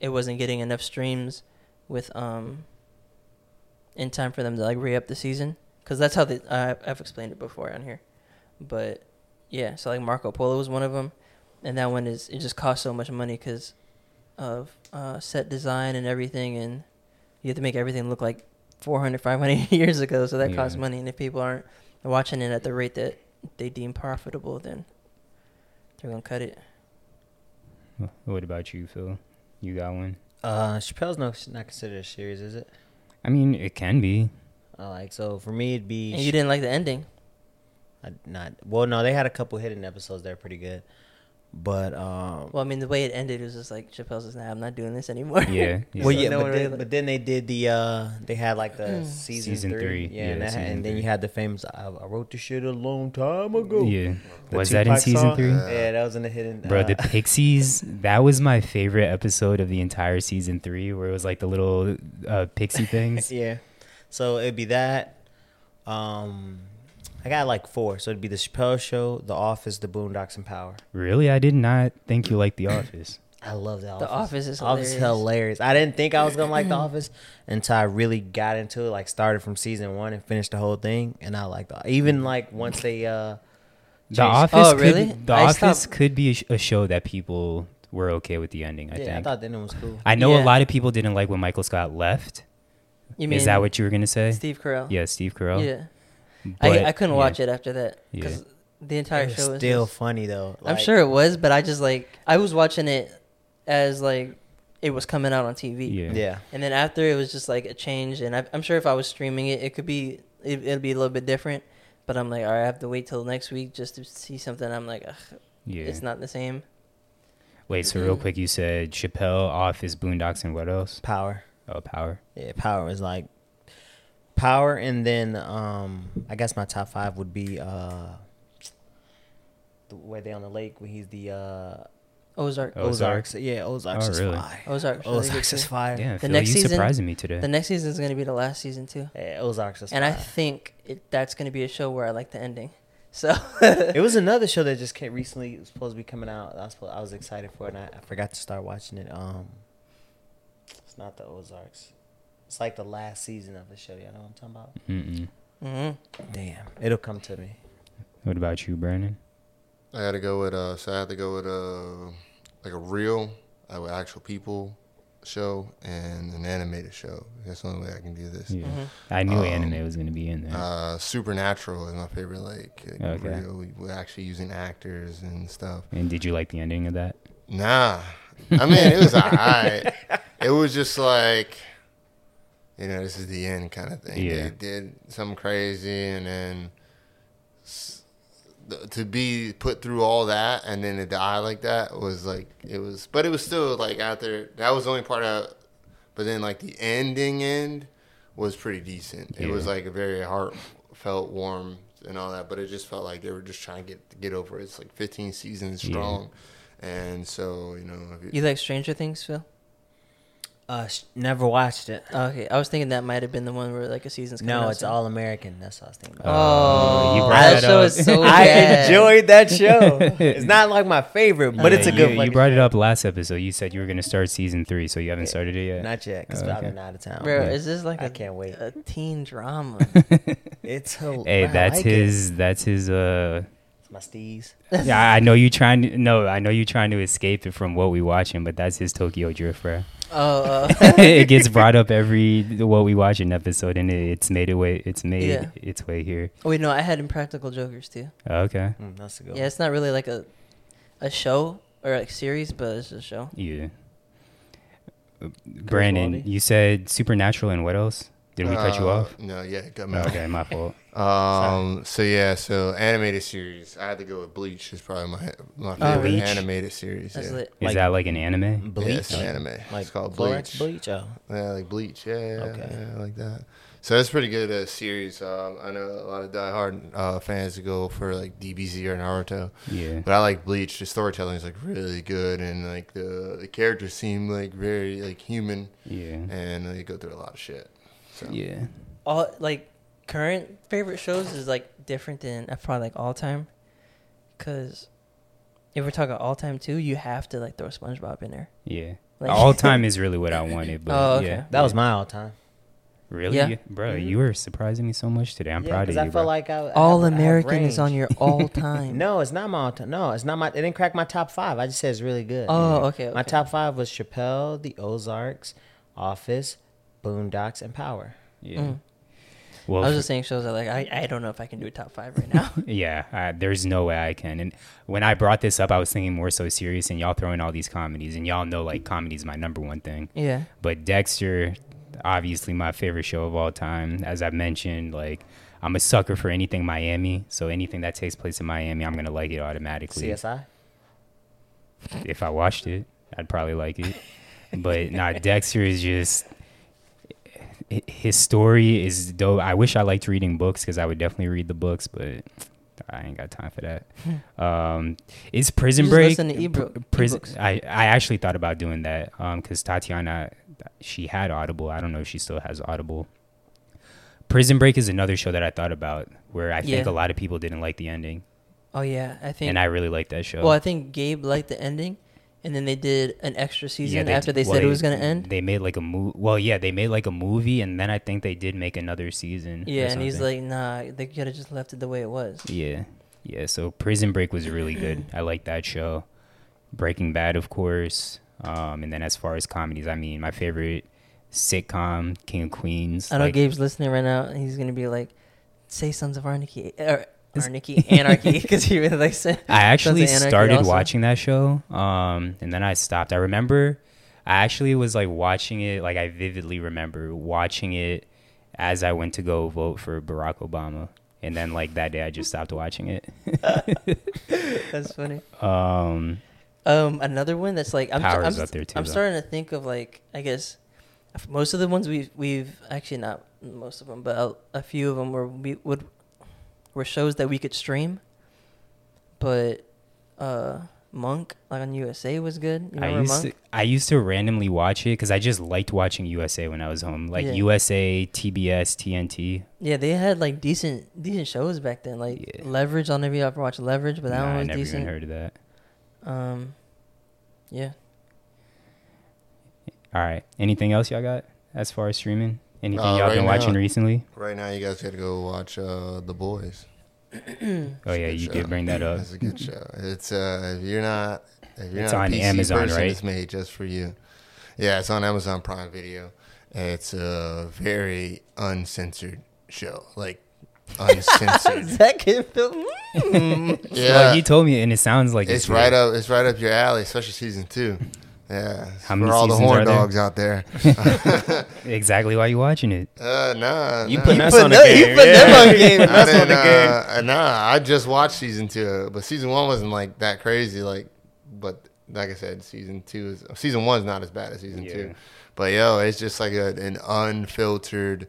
it wasn't getting enough streams with um in time for them to like re up the season because that's how they I I've explained it before on here, but yeah, so like Marco Polo was one of them, and that one is it just cost so much money because of uh, set design and everything, and you have to make everything look like 400, 500 years ago, so that Yeah. costs money, and if people aren't watching it at the rate that they deem profitable, then they're gonna cut it. What about you, Phil? You got one? Uh, Chappelle's no, not considered a series, is it? I mean, it can be. I like so for me it'd be And you didn't like the ending. I, not well. No, they had a couple hidden episodes that are pretty good, but um, Well, I mean, the way it ended was just like Chappelle's just, nah, I'm not doing this anymore. Yeah. Well, So yeah, no but, one then, really- Mm. but then they did the uh they had like the season, Season three, three, yeah, yeah, and, that, season and then you three. had the famous I, I wrote this shit a long time ago. Yeah. The Was that in Tupac season song? three? Yeah, that was in the hidden. Bro, uh, the Pixies, that was my favorite episode of the entire season three, where it was like the little uh, pixie things. yeah, so it'd be that. Um, I got like four, so it'd be the Chappelle Show, The Office, The Boondocks, and Power. Really? I did not think you liked The Office. I love The Office. Office is Office is hilarious. hilarious. I didn't think I was gonna like The Office until I really got into it. Like started from season one and finished the whole thing, and I like the even like once they uh The changed- Office, Oh, could, really? The I Office stopped- could be a, sh- a show that people were okay with the ending. I yeah, I think. I, thought that one was cool. know a Yeah. lot of people didn't like when Michael Scott left. You mean Is that what you were gonna say? Steve Carell? yeah, Steve Carell. Yeah. But- I, I couldn't yeah. watch it after that because Yeah. the entire It was show was still just- funny though. I'm Like, sure it was, but I just like I was watching it as like it was coming out on TV. Yeah. Yeah, And then after it was just like a change, and I, I'm sure if I was streaming it, it could be it, it'd be a little bit different. But I'm like, all right, I have to wait till next week just to see something. I'm like, Ugh, Yeah. it's not the same. Wait. So real quick, you said Chappelle, Office, Boondocks, and what else? Power. Oh, Power. Yeah, Power was like Power, and then um I guess my top five would be uh the where they on the lake when he's the uh Ozark. Oh, Ozark? Ozarks. Yeah, Ozarks Oh, is really? fire. Ozark's really good, Ozarks is too. fire. Yeah. Yeah. The Phil, next you season- surprising me today. The next season is gonna be the last season too. Ozarks is and I fire. think it, that's going to be a show where I like the ending. So it was another show that just came recently. It was supposed to be coming out. I was, supposed, I was excited for it, and I, I forgot to start watching it. Um, it's not the Ozarks. It's like the last season of the show. Y'all know what I'm talking about? Mm-mm. Mhm. Damn, it'll come to me. What about you, Brandon? I had to go with uh, so I had to go with uh, like a real, like with actual people show and an animated show. That's the only way I can do this. Yeah. Mm-hmm. I knew Um, anime was gonna be in there. Uh, Supernatural is my favorite, like Okay. real. We're actually using actors and stuff. and did you like the ending of that? Nah, I mean it was alright. It was just like, you know, this is the end kind of thing. Yeah. They did something crazy, and then s- th- to be put through all that and then to die like that was like it was, but it was still like out there. That was the only part of. But then like the ending end was pretty decent. It was Yeah. like a very heartfelt, warm, and all that. But it just felt like they were just trying to get get over it. It's like 15 seasons Yeah. strong, and so you know. If you like Stranger Things, Phil? Uh, sh- never watched it. Oh, okay, I was thinking that might have been the one where like a season's coming No, out it's soon. all American. That's what I was thinking. About. Oh, you brought that that show up. is so I bad. enjoyed that show. it's not like my favorite, but Yeah, it's a you- good You, one. brought it up last episode. You said you were gonna start season three, so you haven't started it yet. Not yet, because Oh, I've okay. been out of town. Bro, is this like I I can't wait. a teen drama? It's hel- Hey, I that's like it. his. That's his. Uh, It's my steez. yeah, I know you trying to. No, I know you trying to escape it from what we watching, but that's his Tokyo Drift, bro. oh, uh, it gets brought up every what we watching episode, and it, it's made away. It's made Yeah. its way here. Oh, wait, no, I had Impractical Jokers too. Okay. Mm, that's a good. Yeah, it's not really like a a show or like series, but it's a show. Yeah. Brandon, Waldy. you said supernatural and what else? Did we cut you Uh, off? No, yeah, it cut me off. Okay, my fault. Um. So yeah. So animated series. I had to go with Bleach. Is probably my my Oh, favorite Bleach? animated series. That's yeah. lit. Is Like- that like an anime? one. Bleach. Yeah, it's an anime. Like it's called Bleach. Clorox bleach. Oh, Yeah, like Bleach. Yeah, yeah, Okay. yeah, like that. So that's pretty good uh, series. Um, I know a lot of diehard uh, fans go for like DBZ or Naruto, Yeah. but I like Bleach. The storytelling is like really good, and like the the characters seem like very like human, Yeah. and they go through a lot of shit. So Yeah. all like current favorite shows is like different than uh, probably like all time, because if we're talking all time too, you have to like throw SpongeBob in there. Yeah. Like- All time is really what I wanted, but Oh, okay. yeah, That was my all time. really, Yeah. Mm-hmm. bro. You were surprising me so much today. I'm proud of you. I bro. felt like I, I All have- I have American is on range. your all time. No, it's not my all time. No, it's not my. It didn't crack my top five. I just said it's really good. Oh, okay. okay. My top five was Chappelle, The Ozarks, Office, Boondocks, and Power. yeah. Mm. Well, I was for- just saying shows that like I, I don't know if I can do a top five right now. yeah, I, there's no way I can. And when I brought this up, I was thinking more so serious, and y'all throwing all these comedies, and y'all know like comedy's my number one thing. yeah. But Dexter, obviously my favorite show of all time. As I mentioned, like I'm a sucker for anything Miami, so anything that takes place in Miami, I'm gonna like it automatically. CSI. If I watched it, I'd probably like it. But nah, Dexter is just hi- his story is dope. I wish I liked reading books because I would definitely read the books, but I ain't got time for that. Um, is Prison You just Break listen to ebro- prison? ebooks. I I actually thought about doing that because Tatiana she had Audible. I don't know if she still has Audible. Prison Break is another show that I thought about where I think Yeah. a lot of people didn't like the ending, Oh yeah, I think. and I really like that show. well, I think Gabe liked the ending, and then they did an extra season they after d- they well, said it was gonna end. They made like a movie. Well, yeah, they made like a movie, and then I think they did make another season. or Yeah, and he's something. like, nah, they could have just left it the way it was. yeah, yeah. So Prison Break was really good. I like that show. Breaking Bad, of course. Um, and then as far as comedies, I mean, my favorite sitcom, King of Queens. I know like- Gabe's listening right now, and he's gonna be like, "Say Sons of Anarchy, or Anarchy, Anarchy," because he really likes it. I actually Sons of Anarchy started also. watching that show, um, and then I stopped. I remember I actually was like watching it, like I vividly remember watching it as I went to go vote for Barack Obama, and then like that day I just stopped watching it. That's funny. Um, Um, another one that's like I'm, Power's I'm, up there too, I'm though. starting to think of like I guess f- most of the ones we've we've actually not most of them, but a, a few of them were we would were shows that we could stream. But uh, Monk like on USA was good. You I remember used Monk? to I used to randomly watch it because I just liked watching USA when I was home, like Yeah. USA, TBS, TNT. Yeah, they had like decent decent shows back then. Like Yeah. Leverage, I'll never ever watch Leverage, but that Nah, one I was never decent. even heard of that. Um, yeah. All right, anything else y'all got as far as streaming? Anything Uh, y'all right been now- watching recently? right now, you guys got to go watch uh, The Boys. Oh yeah, good you show. did bring that up. It's a good show. It's uh, if you're not if you're It's not on a PC Amazon, person, right? It's made just for you. Yeah, it's on Amazon Prime Video. It's a very uncensored show, like uncensored. That kid felt- hmm. yeah, Like you told me, and it sounds like it's right up. It's right up your alley, especially season two. Yeah, it's How for many all the seasons horn are there? dogs out there. exactly why you watching it. Uh, nah, nah. put us on the game. I didn't, uh, nah, I just watched season two, but season one wasn't like that crazy. Like, but like I said, season two is season one's not as bad as season Yeah. two. But yo, it's just like a, an unfiltered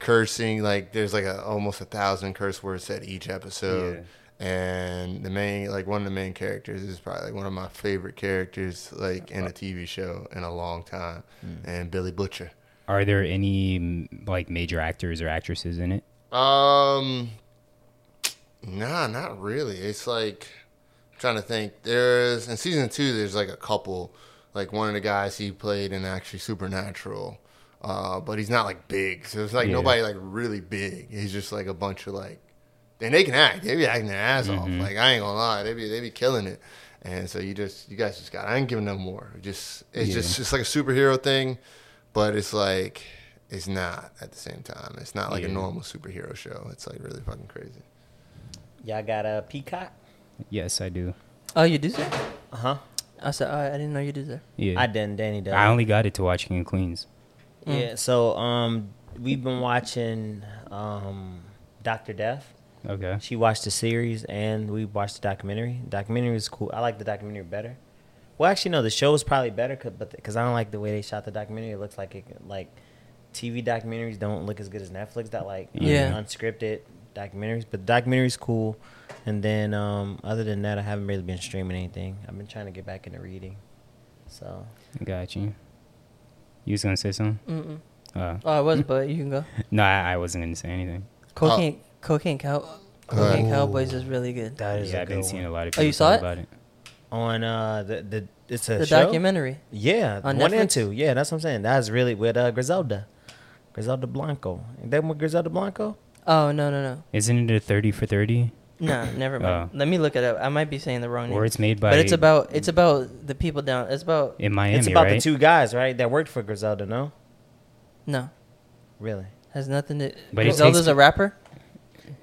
cursing. Like, there's like a, almost a thousand curse words said each episode. Yeah. And the main, like one of the main characters, is probably like one of my favorite characters, like Uh, in a TV show in a long time. Mm. And Billy Butcher. Are there any mm, like major actors or actresses in it? Um, nah, not really. It's like I'm trying to think. There's in season two. There's like a couple. Like one of the guys he played in actually Supernatural, uh, but he's not like big. So it's like Yeah. nobody like really big. He's just like a bunch of like, and they can act. They be acting their ass off. Mm-hmm. Like I ain't gonna lie, they be they be killing it. And so you just you guys just got. I ain't giving them more. Just it's Yeah. just it's like a superhero thing, but it's like it's not at the same time. It's not like a Yeah. normal superhero show. It's like really fucking crazy. Y'all got a peacock? Yes, I do. oh, you do that? Uh huh. I said, oh, I didn't know you did that. Yeah, I I, didn't. Danny does. only got it to watch King of Queens. Mm. Yeah. So um, we've been watching um, Doctor Death. Okay. She watched the series and we watched the documentary. documentary was cool. I like the documentary better. Well, actually, no, the show was probably better, 'cause- but because I don't like the way they shot the documentary, it looks like it like TV documentaries don't look as good as Netflix. That like Yeah. unscripted documentaries, but documentaries cool. And then um, other than that, I haven't really been streaming anything. I've been trying to get back into reading. So Got you. You was gonna say something? Mm-mm. Uh, Oh, I was, but you can go. no, I, I wasn't gonna say anything. Cocaine, cocaine cow, cocaine cowboys is really good. that is Yeah, a I've been good seeing one. a lot of Oh, people you saw talk it? about it. on uh, the the it's a The show? documentary. Yeah, On one and Netflix? two. Yeah, that's what I'm saying. That's really with uh, Griselda, Griselda Blanco. Ain't that with Griselda Blanco? Oh no no no. Isn't it a thirty for thirty? No, never mind. Oh. Let me look it up. I might be saying the wrong name. Or it's made by but it's about it's about the people down. It's about in Miami, it's about right? the two guys, right, that worked for Griselda. No, no really. has nothing to. But But it Griselda's takes- a rapper.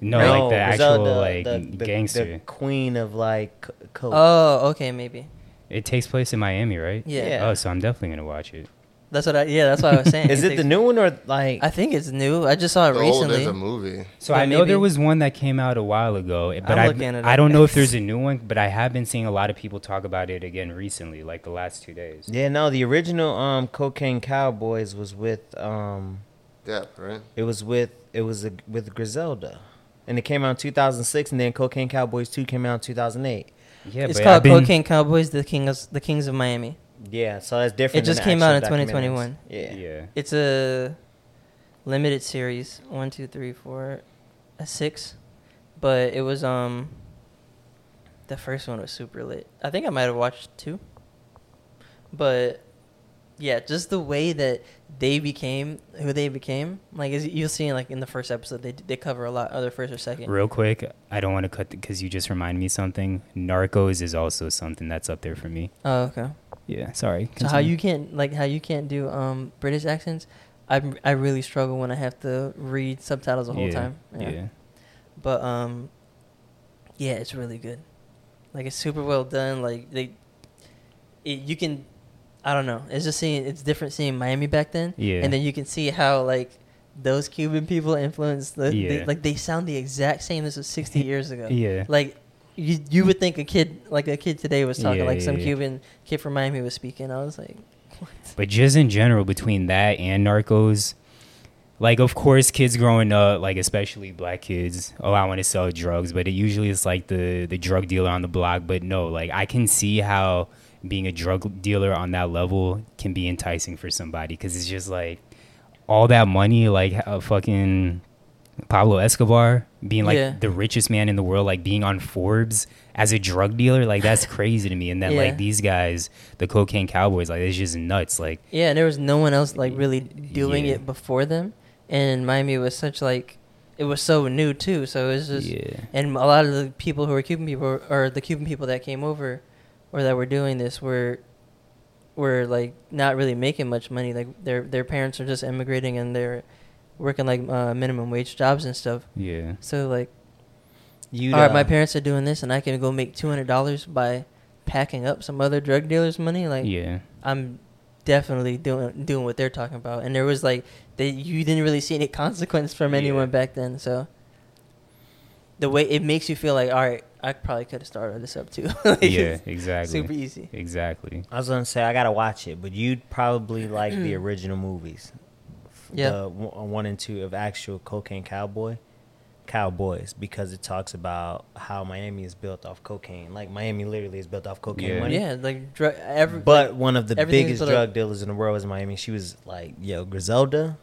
no, like the actual Griselda, like gangster. the queen of like c- coke. Oh okay maybe. It takes place in Miami, right? Yeah. Yeah. Oh, so I'm definitely gonna watch it. That's what I yeah that's what I was saying. is it the takes- new one or like? I think it's new. I just saw it The old recently. is Oh, a movie. So But I know there maybe- was one that came out a while ago, eh, but I'm I looking it I up. don't know if there's a new one, but I have been seeing a lot of people talk about it again recently, like the last two days. yeah, no. The original um, Cocaine Cowboys was with um, Depth, right? it was with it was a, with Griselda, and it came out in 2006, and then Cocaine Cowboys Two came out in 2008. Yeah, it's but called I've been- Cocaine Cowboys, the king of the kings of Miami. Yeah, so that's different. It just than the came out actual in documentaries. 2021. Yeah. Yeah. It's a limited series. One, two, three, four, a six. But it was um the first one was super lit. I think I might have watched two. But yeah, just the way that they became who they became, like is, you'll see, like in the first episode, they they cover a lot other first or second. Real quick, I don't want to cut because you just remind me something. Narcos is also something that's up there for me. Oh, okay. Yeah, sorry. So how continue. you can't like how you can't do um British accents? I I really struggle when I have to read subtitles the whole Yeah, time. yeah. But um, yeah, it's really good. Like it's super well done. Like they, it, you can, I don't know. It's just seeing it's different seeing Miami back then. Yeah. And then you can see how like those Cuban people influenced. The, they- Yeah. like they sound the exact same. This was sixty years ago. Yeah. Like. You, you would think a kid like a kid today was talking Yeah, like yeah, some yeah. Cuban kid from Miami was speaking. I was like, what? But just in general, between that and Narcos, like of course, kids growing up, like especially black kids, oh, I want to sell drugs, but it usually is like the the drug dealer on the block. But no, like I can see how being a drug dealer on that level can be enticing for somebody because it's just like all that money, like a fucking Pablo Escobar being like Yeah. the richest man in the world, like being on Forbes as a drug dealer, like that's crazy to me. And then like Yeah. these guys, the cocaine cowboys, like it's just nuts. Like Yeah, and there was no one else like really doing Yeah. it before them, and Miami was such like it was so new too. So it was just, Yeah. and a lot of the people who were Cuban people or the Cuban people that came over or that were doing this were were like not really making much money. Like their their parents are just immigrating and they're working like uh, minimum wage jobs and stuff. Yeah. So like, You, all right, my uh, parents are doing this, and I can go make two hundred dollars by packing up some other drug dealer's money. Like, Yeah. I'm definitely doing doing what they're talking about. And there was like they you didn't really see any consequence from Yeah. anyone back then. So the way it makes you feel like, all right, I probably could have started this up too. Like, Yeah, it's exactly. Super easy. Exactly. I was gonna say I gotta watch it, but you'd probably like the original movies. F- Yeah. the w- uh, one and two of actual Cocaine Cowboy, Cowboys, because it talks about how Miami is built off cocaine. Like Miami literally is built off cocaine Yeah. money. Yeah, like dr- every But like, one of the biggest everything's built drug up- dealers in the world was in Miami. She was like, yo, Griselda,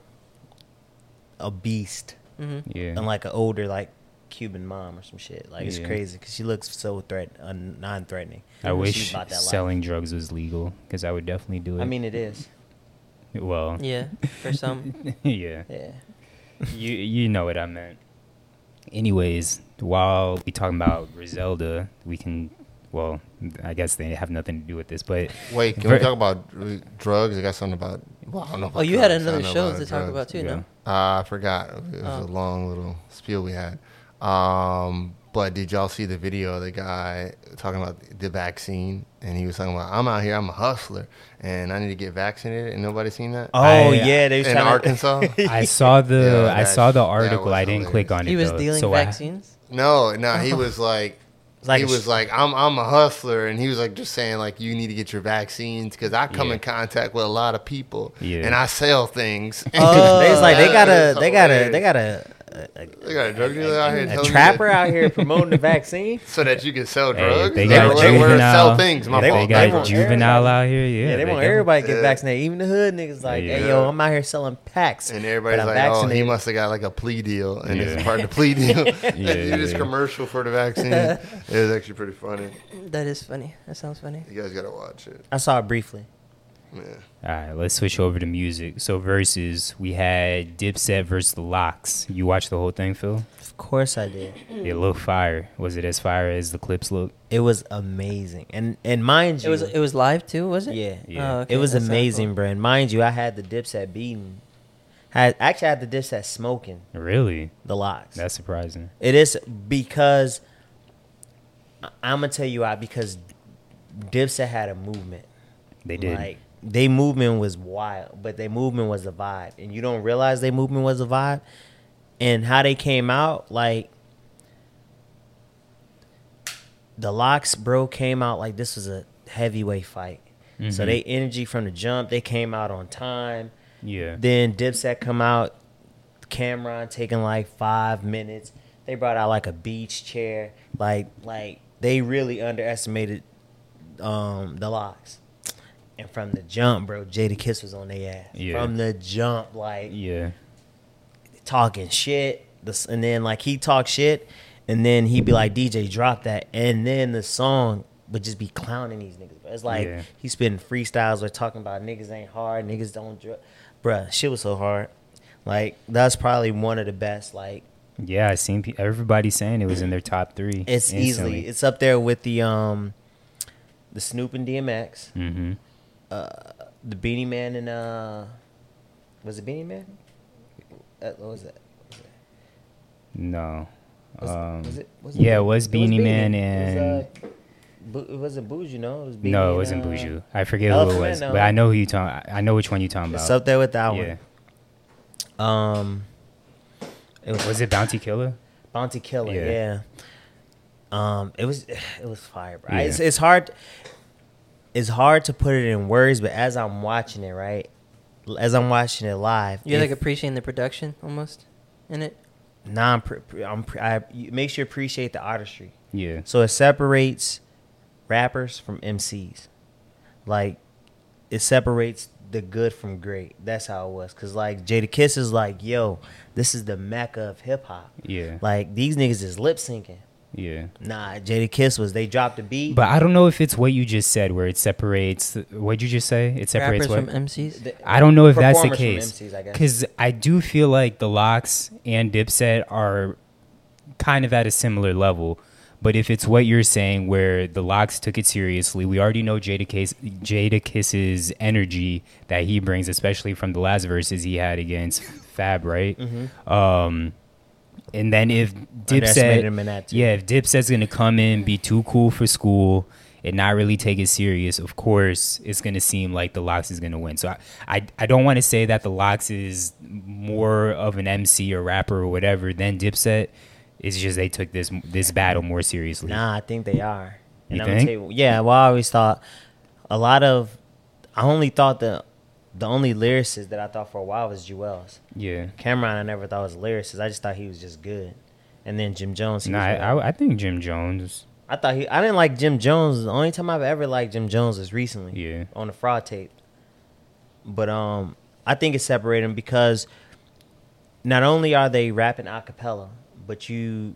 a beast, Mhm. Yeah. and like an older like Cuban mom or some shit. Like it's Yeah. crazy because she looks so threat uh, non-threatening. I wish She's about that life. selling drugs was legal because I would definitely do it. I mean, it is. well. yeah, for some. yeah. Yeah. You you know what I meant. Anyways, while we talking about Griselda, we can. Well, I guess they have nothing to do with this, but Wait, can Ver- we talk about r- drugs? I got something about. Well, I don't know about Oh, you had drugs. I another know show about to talk drugs. about too, Yeah. no? Uh, I forgot. It was Oh. a long little spiel we had. Um, but did y'all see the video of the guy talking about the vaccine? And he was talking about, I'm out here, I'm a hustler, and I need to get vaccinated. And nobody seen that? Oh I- yeah, they was In trying to- Arkansas? I saw the Yeah, I that- saw the that article. was I didn't click on it. He was though, dealing so I- vaccines. no, no, he was like, like he a sh- was like, I'm I'm a hustler, and he was like just saying like you need to get your vaccines because I come Yeah. in contact with a lot of people Yeah. and I sell things. Oh, they was like they got a That's they got a hilarious. they got a, a, a- They got a drug dealer out here a telling you trapper that- out here promoting the vaccine. so that you can sell Hey, drugs. they They got were, they were juvenile- sell things. My they they fault. got want juvenile out here. Yeah, Yeah, they want got- everybody to get Yeah. vaccinated. Even the hood niggas like, hey Yeah. yo, I'm out here selling packs, and everybody's but I'm like, "Oh, he vaccinated." must have got like a plea deal, and Yeah. it's part of the plea deal." Yeah, you just yeah. commercial for the vaccine. it was actually pretty funny. That is funny. That sounds funny. You guys gotta watch it. I saw it briefly. Yeah. All right, let's switch over to music. So versus we had Dipset versus the Locks. You watched the whole thing, Phil? Of course I did. Mm. It looked fire. Was it as fire as the clips look? It was amazing, and and mind you, It was it was live too, was it? yeah, Yeah. Oh, okay, it was that sounds amazing, Brand. Mind you, I had the Dipset beating. Had actually I had the Dipset smoking Really? the locks. That's surprising. It is because I'm gonna tell you why. Because Dipset had a movement. They did. Like they movement was wild, but their movement was a vibe, and you don't realize their movement was a vibe, and how they came out like. The locks, bro, came out like this was a heavyweight fight. So Mhm. they energy from the jump. They came out on time. yeah. Then Dipset come out, Cameron taking like five minutes. They brought out like a beach chair. Like like they really underestimated um the locks. And from the jump, bro, Jada Kiss was on their ass. Yeah. From the jump, like yeah. talking shit. This, and then like he talk shit, and then he'd be like, DJ, drop that. And then the song would just be clowning these niggas. Bro. It's like Yeah. he spitting freestyles or talking about niggas ain't hard, niggas don't dr Bruh, shit was so hard. Like that's probably one of the best. Like Yeah, I seen pe- everybody saying it was in their top three. it's easily it's up there with the um the Snoop and DMX, mm-hmm. the Beanie Man and uh was it Beanie Man? Uh, what was that? No. Was, um, was it, was yeah, it was Beanie Man It and- was, uh, Bu- it wasn't Bougie, no. It was Beanie no, and, it wasn't uh, Buju. I forget who it Elephant was, Man, but no. I know who you talking. I know which one you talking about. It's up there with that yeah. one. Um, it was, Was it Bounty Killer? Bounty Killer. Yeah. Yeah. Um, it was it was fire, bro. Yeah. It's it's hard. It's hard to put it in words, but as I'm watching it, right, as I'm watching it live, You're like it- appreciating the production almost in it. nah, I'm, pre- pre- I'm pre- I you- it makes you appreciate the artistry. Yeah. So it separates rappers from MCs. Like it separates the good from great. That's how it was. Cause like Jada Kiss is like, yo, this is the mecca of hip hop. Yeah. Like these niggas is lip syncing. yeah. Nah, Jada Kiss was they dropped a beat. But I don't know if it's what you just said, where it separates. What'd you just say? It separates Rappers what? from MCs. The- I don't know if that's the performers from case. MCs, I guess. Because I do feel like the Locks and Dipset are kind of at a similar level. But if it's what you're saying, where the Locks took it seriously, we already know Jada, Case, Jada Kiss's energy that he brings, especially from the last verses he had against Fab, right? Um, and then if Dipset, Mm-hmm. Underestimated him in that too. yeah, if Dipset's gonna come in, be too cool for school, and not really take it serious, of course it's gonna seem like the Locks is gonna win. So I, I, I don't want to say that the Locks is more of an MC or rapper or whatever than Dipset. It's just they took this this battle more seriously. Nah, I think they are. And You I'm think? gonna tell you, yeah, well I always thought a lot of I only thought the the only lyricist that I thought for a while was Jewels. Yeah. Cameron, I never thought was a lyricist. I just thought he was just good. And then Jim Jones. He Nah, was I, like- I, I think Jim Jones. I thought he. I didn't like Jim Jones. The only time I've ever liked Jim Jones is recently. Yeah. On the fraud tape. But um, I think it separated them because not only are they rapping a cappella, but you,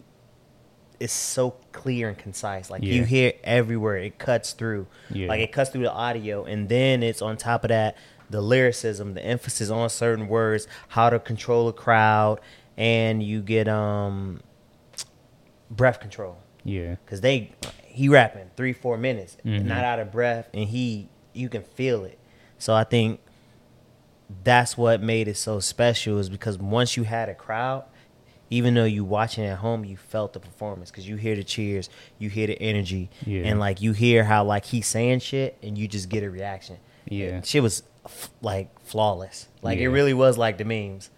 it's so clear and concise. Like Yeah. you hear everywhere. It cuts through. Yeah. Like it cuts through the audio, and then it's on top of that the lyricism, the emphasis on certain words, how to control a crowd, and you get um, breath control Yeah. because they he rapping three four minutes Mhm. not out of breath and he you can feel it so i think that's what made it so special is because once you had a crowd even though you watching at home you felt the performance because you hear the cheers you hear the energy Yeah. and like you hear how like he's saying shit and you just get a reaction Yeah. shit was f- like flawless like Yeah. it really was like the memes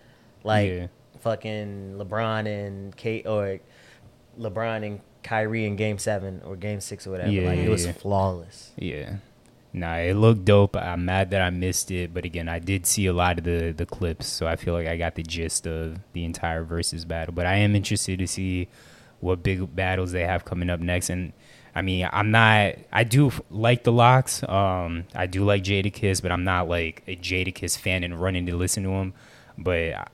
like Yeah. fucking lebron and kate or LeBron and Kyrie in Game Seven or Game Six or whatever. Yeah, like yeah, it was yeah. flawless. Yeah. Nah, it looked dope. I'm mad that I missed it, but again, I did see a lot of the the clips, so I feel like I got the gist of the entire versus battle. But I am interested to see what big battles they have coming up next. And I mean, I'm not. I do f- like the locks. Um, I do like Jadakiss, but I'm not like a Jadakiss fan and running to listen to him. But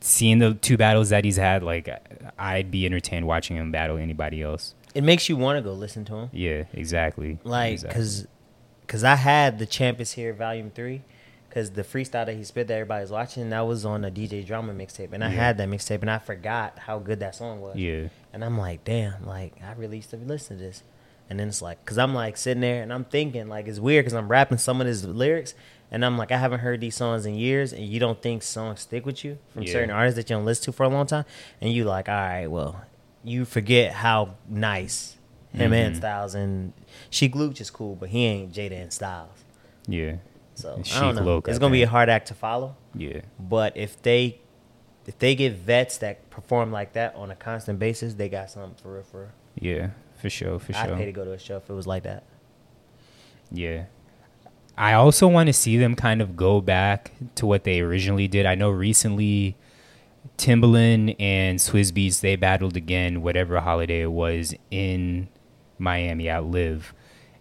seeing the two battles that he's had, like I'd be entertained watching him battle anybody else. It makes you want to go listen to him. Yeah, exactly. like Exactly. because because i had the champ is here volume three because the freestyle that he spit that everybody's watching that was on a dj drama mixtape and i had that mixtape and i forgot how good that song was Yeah. and i'm like damn like i really used to listen to this and then it's like because i'm like sitting there and i'm thinking like it's weird because i'm rapping some of his lyrics and i'm like i haven't heard these songs in years and you don't think songs stick with you from Yeah. certain artists that you don't listen to for a long time and you like all right well you forget how nice him Mm-hmm. and Styles and Sheik Luch is cool, but he ain't Jada and Styles. Yeah. So And I don't know. Sheik Luch, it's I gonna be a think. hard act to follow. Yeah. But if they if they get vets that perform like that on a constant basis, they got something for real. For real. Yeah. For sure. For I'd sure. pay to go to a show if it was like that. Yeah. I also want to see them kind of go back to what they originally did. I know recently Timbaland and Swizz Beatz they battled again whatever holiday it was in Miami at Live.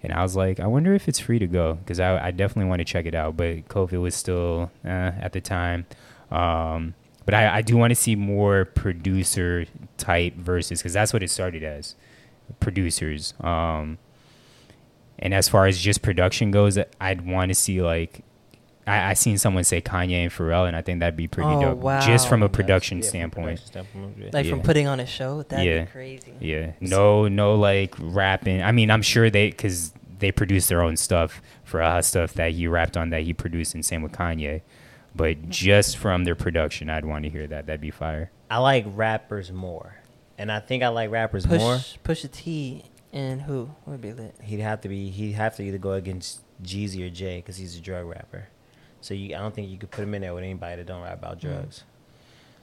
And I was like, I wonder if it's free to go because I, I definitely want to check it out. But COVID was still eh, at the time. Um, but I, I do want to see more producer type verses because that's what it started as producers. Um, and as far as just production goes, I'd want to see like I, I seen someone say Kanye and Pharrell, and I think that'd be pretty Oh, dope. Just from wow. a production Yeah, from a standpoint. production standpoint, yeah. Like from Yeah. putting on a show, that'd Yeah. be crazy. Yeah. No, no, like rapping. I mean, I'm sure they because they produce their own stuff for uh, stuff that he rapped on that he produced, and same with Kanye. But just from their production, I'd want to hear that. That'd be fire. I like rappers more, and I think I like rappers Push more. push a T and who would be lit? He'd have to be. He'd have to either go against Jeezy or Jay because he's a drug rapper. So you, I don't think you could put him in there with anybody that don't rap about drugs.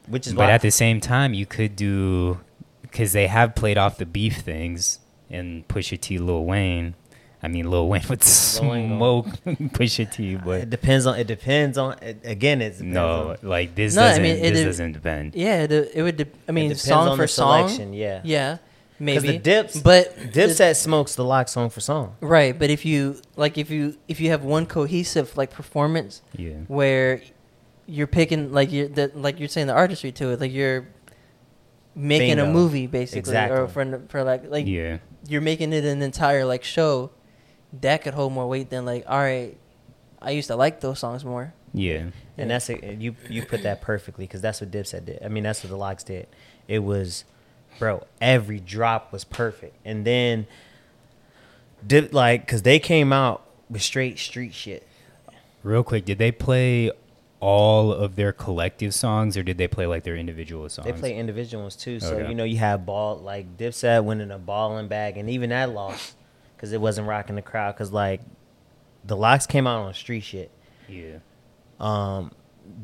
Which is But why at the same time, you could do because they have played off the beef things and Pusha T, Lil Wayne. I mean, Lil Wayne would Lil Wayne smoke Pusha T, but it depends on. It depends on. It, again, it's no, like this No, I doesn't. mean, it this did- doesn't depend. Yeah, the, it would. De- I mean, depends song on for the song. selection, yeah. yeah, because maybe the dips. but Dipset smokes the lock song for song. right? But if you like, if you if you have one cohesive like performance Yeah. where you're picking like you're that like you're saying the artistry to it, like you're making a Bingo. movie basically, Exactly. or for for like like yeah. you're making it an entire like show that could hold more weight than like all right, I used to like those songs more. Yeah. And that's a, you you put that perfectly because that's what Dipset did. I mean, that's what the Locks did. It was, bro, every drop was perfect. And then, dip like because they came out with straight street shit. Real quick, did they play all of their collective songs, or did they play like their individual songs? They play individual ones too. So Okay. you know you have ball like Dipset winning a balling bag, and even that lost because it wasn't rocking the crowd. Because like the Locks came out on street shit. Yeah. um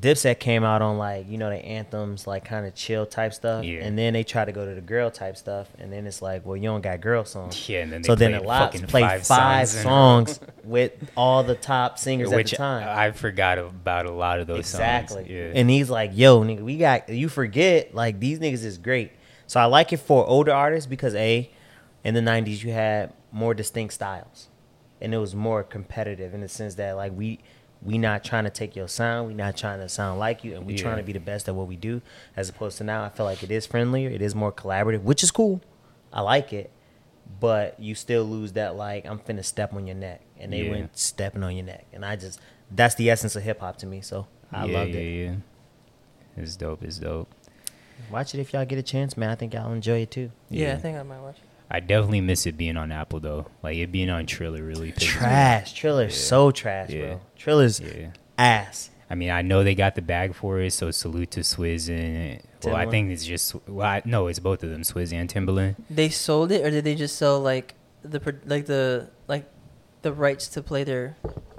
Dipset came out on like you know the anthems like kind of chill type stuff, Yeah. and then they try to go to the girl type stuff, and then it's like, well, you don't got girl songs. Yeah, and then they so then the played Lops fucking played five five, songs in a row. songs with all the top singers Which at the time. I forgot about a lot of those Exactly. songs. Yeah. And he's like, yo, nigga, we got you forget, like these niggas is great. So I like it for older artists because A, in the nineties you had more distinct styles. And it was more competitive in the sense that like we we not trying to take your sound, we not trying to sound like you, and we Yeah. trying to be the best at what we do, as opposed to now I feel like it is friendlier, it is more collaborative, which is cool. I like it. But you still lose that like I'm finna step on your neck. And they Yeah. went stepping on your neck. And I just that's the essence of hip hop to me. So I yeah, loved yeah, it. Yeah. It's dope. It's dope. Watch it if y'all get a chance, man. I think y'all enjoy it too. Yeah, Yeah. I think I might watch. it. I definitely miss it being on Apple though. Like it being on Triller really. pisses me off. Trash. Triller's so trash, Yeah. bro. Triller's Yeah. ass. I mean, I know they got the bag for it, so salute to Swizz and well, I Timbaland. think it's just well, I, no, it's both of them, Swizz and Timbaland. They sold it, or did they just sell like the pro- like the like the rights to play their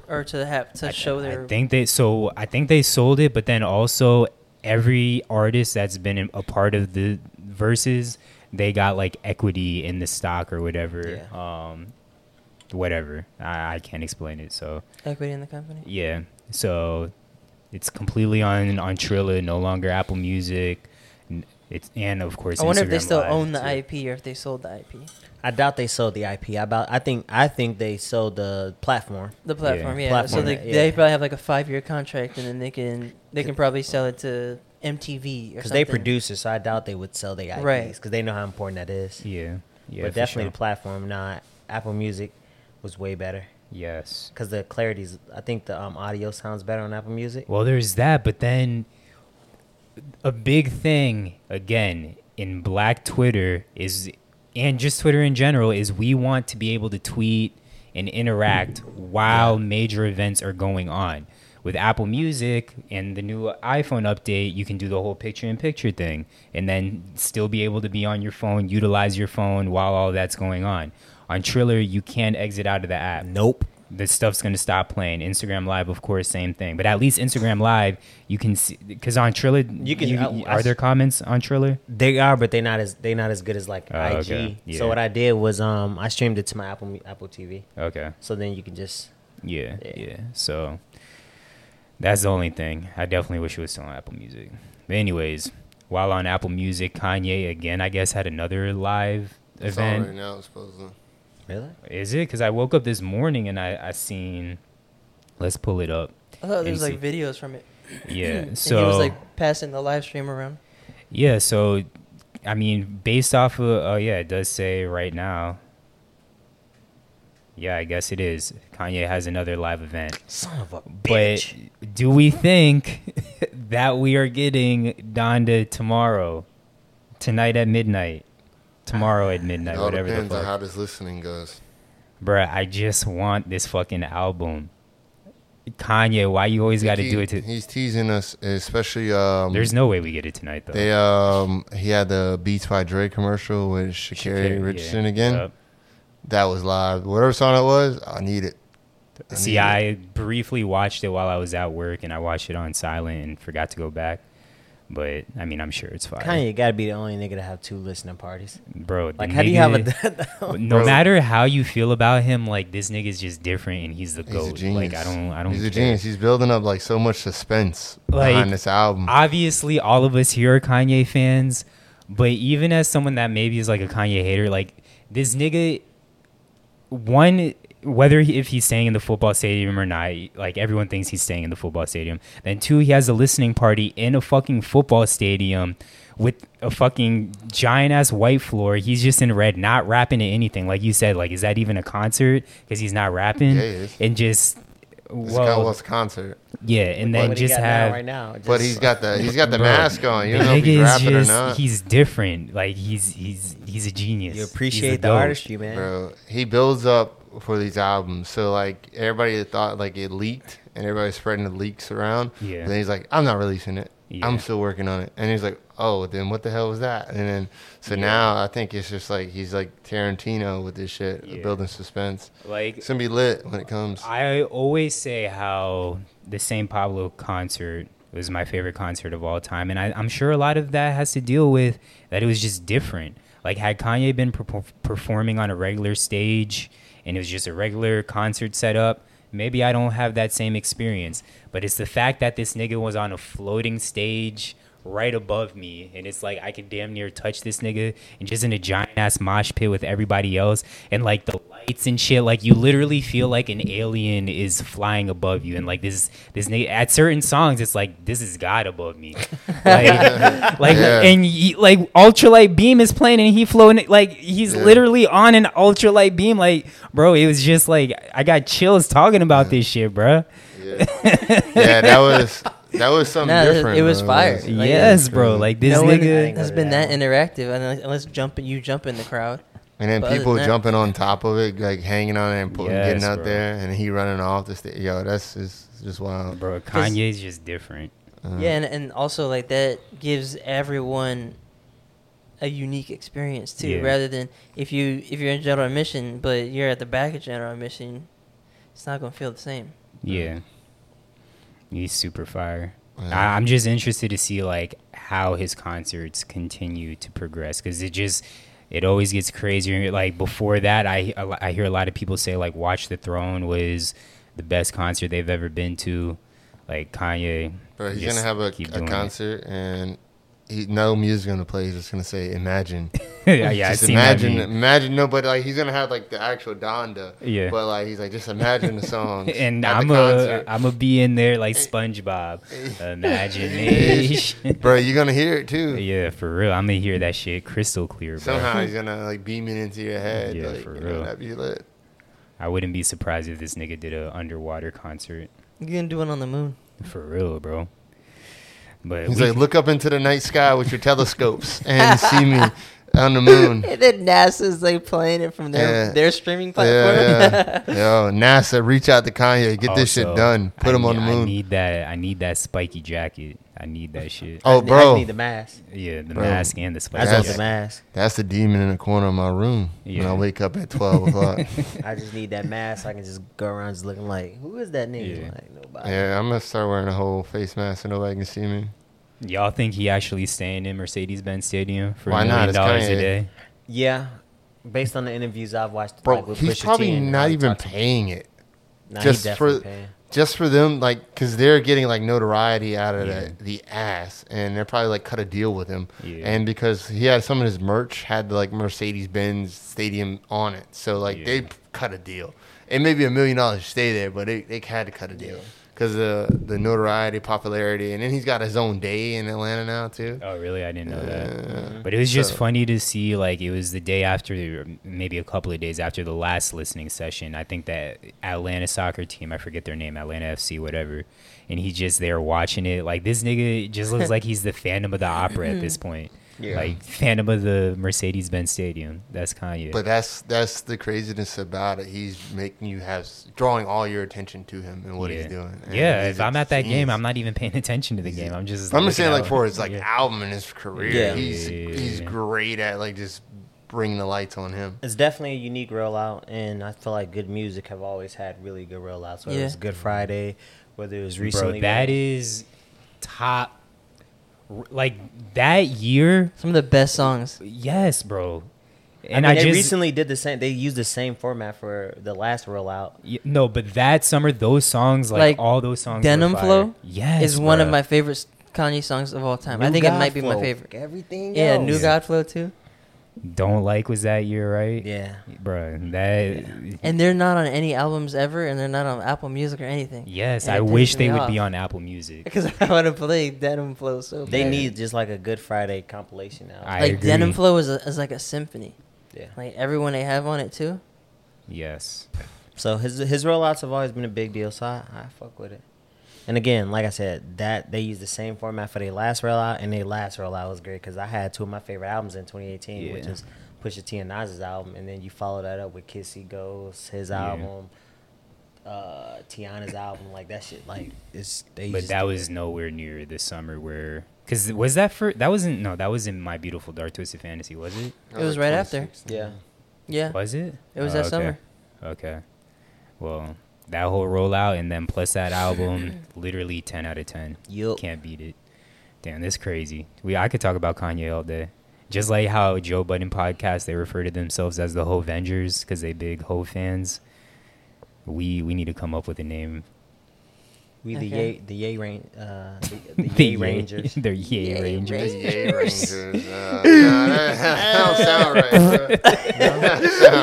or to have to show their? I think they so I think they sold it, but then also every artist that's been in- a part of the verses they got like equity in the stock or whatever. Um, whatever. I, I can't explain it. So Equity in the company. yeah. So it's completely on on Trilla, no longer Apple Music. N- It's and of course. I wonder if they Instagram still Live, own the too. IP or if they sold the IP. I doubt they sold the IP. I about I think I think they sold the platform. The platform, yeah. Platform, so they, yeah. they probably have like a five year contract, and then they can they can probably sell it to MTV or Because something. they produce it, so I doubt they would sell the IPs. Right. Because they know how important that is. Yeah. Yeah. but for definitely sure. the platform, not Apple Music, was way better. Yes. Because the clarity's, I think the um, audio sounds better on Apple Music. Well, there's that, but then a big thing again in black Twitter is and just Twitter in general is we want to be able to tweet and interact while major events are going on. With Apple Music and the new iPhone update, you can do the whole picture in picture thing and then still be able to be on your phone, utilize your phone while all that's going on. On Triller, you can't exit out of the app Nope. the stuff's going to stop playing. Instagram Live, of course, same thing. But at least Instagram Live, you can see because on Triller, you You can. can- I- I are s- there comments on Triller? They are, but they're not as they not as good as like Oh, IG. okay. Yeah. So what I did was um I streamed it to my Apple Apple TV. Okay. So then you can just Yeah, yeah. Yeah. So that's the only thing. I definitely wish it was still on Apple Music. But anyways, while on Apple Music, Kanye again, I guess, had another live It's on right event. now, supposedly. really. Is it? Because I woke up this morning and I I seen. Let's pull it up. I thought there was and like videos from it. Yeah. and So he was like passing the live stream around. Yeah, so I mean, based off of oh yeah, it does say right now. Yeah, I guess it is. Kanye has another live event. Son of a But bitch. do we think that we are getting Donda tomorrow? Tonight at midnight. Tomorrow at It midnight, all whatever the depends on fuck. how this listening goes. Bruh, I just want this fucking album. Kanye, why you always gotta He- do it to He's teasing us, especially. Um, there's no way we get it tonight though. They um he had the Beats by Dre commercial with Shakira Yeah, Richardson again. yup. That was live. Whatever song it was, I need it. I need See, it. I briefly watched it while I was at work, and I watched it on silent and forgot to go back. But I mean, I'm sure it's fine, Kanye got to be the only nigga to have two listening parties. bro. the Like, how do you have nigga- a? no Bro. matter how you feel about him, like this nigga's just different, and he's the He's a goat. genius. like I don't, I don't. He's care. a genius. He's building up like so much suspense Like, behind this album. Mm. Obviously, all of us here are Kanye fans, but even as someone that maybe is like a Kanye hater, like this nigga, one whether he, if he's staying in the football stadium or not, like everyone thinks he's staying in the football stadium. Then two, he has a listening party in a fucking football stadium with a fucking giant ass white floor. He's just in red, not rapping to anything. Like you said, like is that even a concert? Because he's not rapping Yeah, it is. and just. this well, guy was a concert, yeah, and What then he just got now, have right now, just, but he's got the he's got the Bro, mask on. You the don't know if he's nigga is rapping just- or not. He's different. Like he's he's he's a genius. you He's appreciate the GOAT. artistry, man. Bro, he builds up for these albums. So like everybody thought like it leaked, and everybody's spreading the leaks around. Yeah. But then he's like, I'm not releasing it. Yeah. I'm still working on it. And he's like, Oh, then what the hell was that? And then so now I think it's just like he's like Tarantino with this shit, Yeah. building suspense. Like It's gonna be lit when it comes. I always say how the St. Pablo concert was my favorite concert of all time, and I, I'm sure a lot of that has to deal with that it was just different. Like had Kanye been per- performing on a regular stage and it was just a regular concert setup, maybe I don't have that same experience. But it's the fact that this nigga was on a floating stage right above me and it's like I could damn near touch this nigga and just in a giant ass mosh pit with everybody else and like the lights and shit like you literally feel like an alien is flying above you and like this this nigga at certain songs it's like this is God above me like like Yeah. and y like ultralight beam is playing and he floating like he's Yeah. literally on an ultralight beam like bro it was just like I got chills talking about this shit bro Yeah. yeah, that was that was something Nah, it- different. it was bro. fire. Like, mm-hmm. yes bro like this no one nigga has been that interactive unless, unless jump you jump in the crowd. And then But other people than that- jumping on top of it, like hanging on it and putting, Yes, getting out bro. there, and he running off the stage. Yo, that's just, just wild. bro 'Cause- Kanye's just different Yeah, and, and also like that gives everyone a unique experience too, Yeah. rather than if you if you're in general admission but you're at the back of general admission, it's not gonna feel the same. Yeah. He's super fire. I- I'm just interested to see like how his concerts continue to progress because it just it always gets crazier. Like before that, I a lo- I hear a lot of people say like Watch the Throne was the best concert they've ever been to. Like Kanye, Bro, he's just gonna have a, keep a doing it. concert and he, no music's gonna play. He's just gonna say imagine. yeah, yeah, I've just seen that imagine, meme. imagine nobody like he's gonna have like the actual Donda. Yeah. But like he's like just imagine the song. And at I'm the a concert. I'm a be in there like SpongeBob, imagination. bro. You're gonna hear it too. yeah, for real, I'm gonna hear that shit crystal clear. Bro. Somehow he's gonna like beam it into your head. Yeah, like, for you real. Know, that'd be lit. I wouldn't be surprised if this nigga did a underwater concert. You can do it on the moon. For real, bro. But He's we- like, look up into the night sky with your telescopes and see me on the moon. And then NASA's like playing it from their Yeah. their streaming platform. Yeah, yeah. Yo, NASA, reach out to Kanye. Get this shit also, done. Put I him on the ne- I moon. need that. I need that spiky jacket. I need that shit. oh, I need- bro. I need the mask. Yeah, the Bro, mask and the I spiky. just want Yes. the mask. That's the demon in the corner of my room when Yeah. I wake up at 12 o'clock. I just need that mask. So I can just go around just looking like, who is that nigga? Yeah. Like nobody. yeah, I'm going to start wearing a whole face mask so nobody can see me. Y'all think he actually staying in Mercedes-Benz Stadium for Why a not? million It's dollars Kanye. a day? Yeah. Based on the interviews I've watched, Bro, like, with he's Pusha probably T and how not he even talks- paying it. Nah, he just for definitely paying. just for them, like, because they're getting like notoriety out of the, the ass, and they're probably like cut a deal with him. Yeah. And because he had some of his merch had like Mercedes Benz Stadium on it, so like Yeah. they p- cut a deal. It may be a million dollars to stay there, but they, they had to cut a deal because the the notoriety, popularity, and then he's got his own day in Atlanta now too. Oh, really? I didn't know Yeah. that. But it was just So- funny to see. Like it was the day after, or maybe a couple of days after the last listening session. I think that Atlanta soccer team. I forget their name. Atlanta FC, whatever. And he's just there watching it. Like this nigga just looks like he's the Phantom of the Opera at this point. Like Phantom of the Mercedes Benz Stadium. That's Kanye. But that's that's the craziness about it. He's making you have drawing all your attention to him and what yeah. he's doing. And Yeah, he's if a I'm at that game, genius. I'm not even paying attention to the game. I'm just. I'm looking just saying, like out. for his like Yeah. album and his career, Yeah. he's Yeah. he's great at like just bringing the lights on him. It's definitely a unique rollout, and I feel like good music have always had really good rollouts. Whether Yeah. it was Good Friday, whether it was recently. Bro, that is top. Like that year, Some of the best songs. yes, bro. and And I, I, mean, they just recently did the same. They used the same format for the last rollout. y- no, but that summer, those songs, like, Like, all those songs, were Denim fire. Flow yes, is one of bruh. my favorite Kanye songs of all time. I New think it God might be my Flow, favorite. Everything. Yeah, else. New God Flow too. Don't like was that year, right? Yeah. bro. That And they're not on any albums ever, and they're not on Apple Music or anything. yes, And I it wish pisses they me would off. be on Apple Music. Because I want to play Denim Flow so bad. They need just like a Good Friday compilation now. I like agree. Denim Flow is, a, is like a symphony. yeah. Like everyone they have on it too. Yes, So his his rollouts have always been a big deal. So I, I fuck with it. And again, like I said, that they used the same format for their last rollout, and their last rollout was great because I had two of my favorite albums in 2018, which Yeah. is Pusha T and Nas's album, and then you follow that up with Kissy Goes, his Yeah. album, uh, Tiana's album, like that shit. Like it's they. but just- that was nowhere near the summer where. Cause was that for that wasn't no that wasn't my beautiful dark twisted fantasy was it That It was like right after. 2016. yeah. Yeah. Was it? Oh, It was that okay. summer. Okay. Well, that whole rollout and then plus that album, literally ten out of ten. Yup. Can't beat it. Damn, this crazy. We I could talk about Kanye all day. Just like how Joe Budden podcast they refer to themselves as the Ho Vengers because they big Ho fans. We we need to come up with a name. We the Okay. yay the yay rain uh, the, the yay rangers. They're Yay, Yay Rangers. The Yay Rangers. Uh, no, that, that don't sound right. Bro.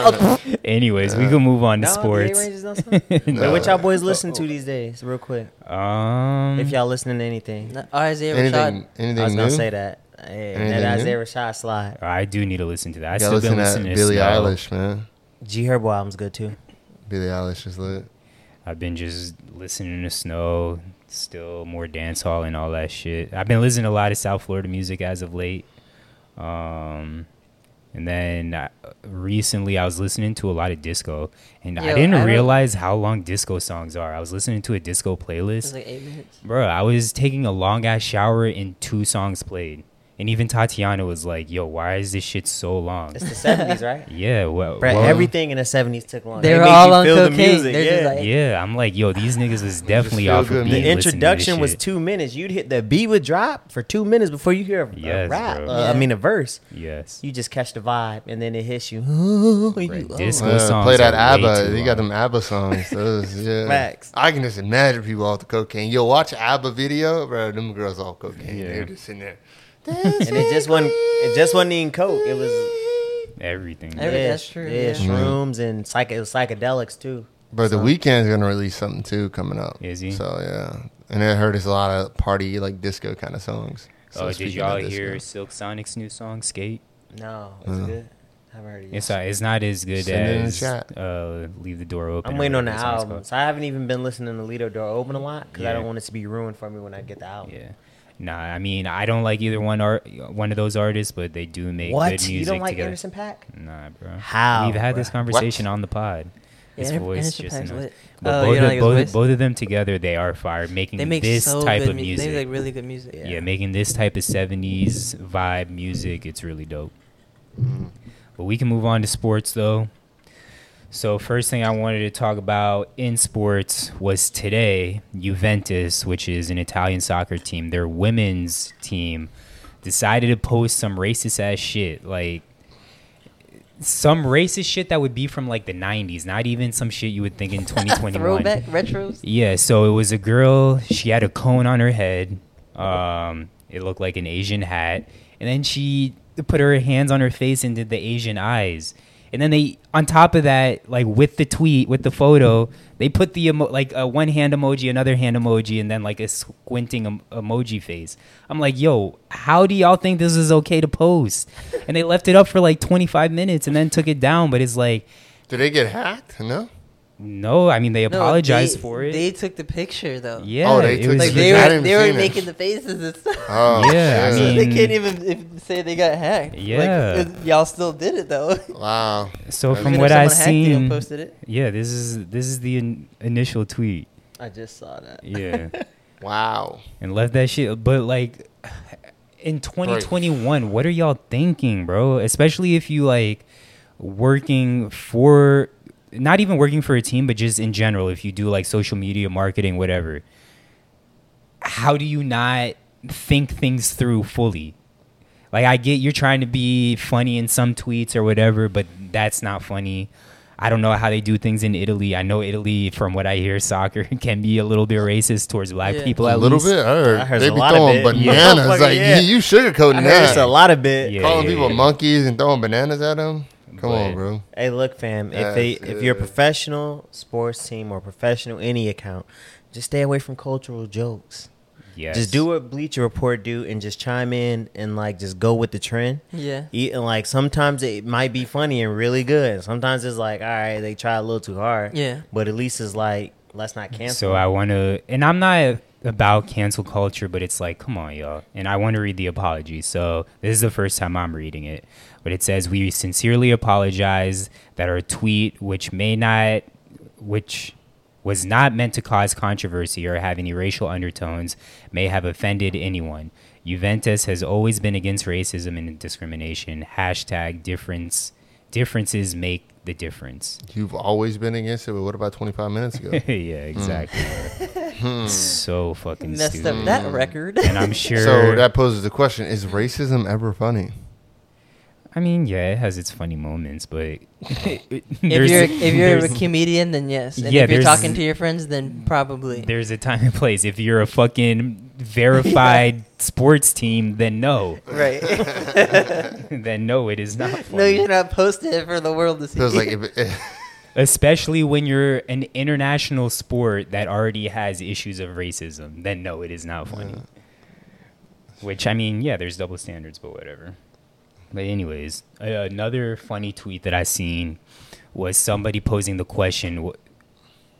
Anyways, we can move on to No, the Yay sports. Rangers don't sound- Wait, what y'all boys listen to these days, real quick? Um, If y'all listening to anything, No, Isaiah Anything? Rashad. Anything I was new? gonna say that. Hey, Anything that new? Isaiah Rashad slide. I do need to listen to that. I Yeah, still listen been listening to to Billie Snow. Eilish, man. G Herbo album's good too. Billie Eilish is lit. I've been just listening to Snow, still more dance hall and all that shit. I've been listening to a lot of South Florida music as of late. Um, and then I, recently I was listening to a lot of disco and I Yo, didn't I don't- realize how long disco songs are. I was listening to a disco It was playlist. like eight minutes. Bro, I was taking a long ass shower and two songs played. And even Tatiana was like, "Yo, why is this shit so long?" It's the seventies, right? yeah, well, Brett, well, everything in the seventies took long. They It were made all you on feel cocaine. They're just like- yeah, I'm like, yo, these niggas is definitely feel off good, of man. beat. the introduction was two minutes. You'd hit the beat would drop for two minutes before you hear a, Yes, a rap. bro. Uh, I Yeah. mean a verse. yes. You just catch the vibe, and then it hits you. You- oh. Disco Uh, songs. play that are way ABBA. too You got long. them ABBA songs. Those, yeah. Facts. I can just imagine people off the cocaine. Yo, watch ABBA video, bro. Them girls off cocaine. They're just sitting there. oh. and it just wasn't. It just wasn't even coke. It was everything. Every- yeah, that's true, Yeah, yeah. shrooms and psych- it was psychedelics too. But the weekend's gonna release something too coming up. Is he? So yeah, and I heard it's a lot of party like disco kind of songs. So oh, did speaking y'all of disco- hear Silk Sonic's new song "Skate"? No, it's good. I haven't heard it. Yet. It's uh, it's not as good Send it in the as chat. uh, "Leave the Door Open." I'm or waiting on the whatever song's album, so I haven't even been listening to Lido Door Open a lot because I Yeah. don't want it to be ruined for me when I get the album. called. Yeah. Nah, I mean, I don't like either one art, one of those artists, but they do make What? good music you don't like together. Anderson Pack? Nah, bro. How, We've had this bruh? conversation on the pod. His Yeah, voice Anderson just Paak's annoys- lit. But Oh, both, you don't of, like his both, voice? both of them together, they are fire. Making They make this so type good of mu- music, They make really good music. yeah. making this type of '70s vibe music, it's really dope. But we can move on to sports though. So first thing I wanted to talk about in sports was today Juventus, which is an Italian soccer team, their women's team decided to post some racist ass shit like some racist shit that would be from like the 90s, not even some shit you would think in 2021. Throwback retros. Yeah, so it was a girl. She had a cone on her head. Um, it looked like an Asian hat, and then she put her hands on her face and did the Asian eyes. And then they, on top of that, like with the tweet, with the photo, they put the emo- like a one hand emoji, another hand emoji, and then like a squinting em- emoji face. I'm like, yo, how do y'all think this is okay to post? And they left it up for like 25 minutes and then took it down. But it's like, Did they get hacked? No. no, I mean, they No, apologized they- for it. They took the picture though. yeah, Oh, they it was took the Like just- they I were didn't they were see that. making the faces and stuff. Oh Yeah, I shit. mean- they can't even if, say they got hacked. Yeah. like, it- y'all still did it though. wow. So Even from if what I someone hacked you and seen, posted it. yeah, this is this is the in, initial tweet, I just saw that. yeah, Wow. and left that shit. But like, in 2021, what are y'all thinking, bro? Especially if you like working for, not even working for a team, but just in general, if you do like social media marketing, whatever. How do you not think things through fully? Like I get you're trying to be funny in some tweets or whatever, but that's not funny. I don't know how they do things in Italy. I know Italy, from what I hear, soccer can be a little bit racist towards black Yeah. people. a At little least. bit. I heard I heard they a be lot of throwing it. bananas. Motherfucker, Like yeah. you, you sugarcoating I heard it's a that. lot of bit. Yeah. Calling people monkeys and throwing bananas at them. Come But- on, bro. Hey, look, fam. Yes, if they, if you're a yeah. professional sports team or professional any account, just stay away from cultural jokes. Yes. Just do what Bleacher Report do and just chime in and like just go with the trend. Yeah. E- And like sometimes it might be funny and really good. Sometimes it's like, all right, they try a little too hard. Yeah. But at least it's like, let's not cancel. So I want to, and I'm not about cancel culture, but it's like, come on, y'all. And I want to read the apology. So this is the first time I'm reading it. But it says, We sincerely apologize that our tweet, which may not, which was not meant to cause controversy or have any racial undertones, may have offended anyone. Juventus has always been against racism and discrimination. Hashtag difference. Differences make the difference. You've always been against it, but what about 25 minutes ago? yeah, exactly. Hmm. so fucking Messed stupid. up that record. And I'm sure. Hmm. So that poses the question: Is racism ever funny? I mean, yeah, it has its funny moments, but if there's you're if you're a there's- comedian, then yes. And Yeah, if you're there's- talking to your friends, then probably. there's a time and place. If you're a fucking verified sports team, then no, Right. then no, it is not. Funny. no, you're not posting it for the world to see. Feels like if, if Especially when you're an international sport that already has issues of racism, then no, it is not funny. Which I mean, yeah, there's double standards, but whatever. But anyways, uh, another funny tweet that I seen was somebody posing the question wh-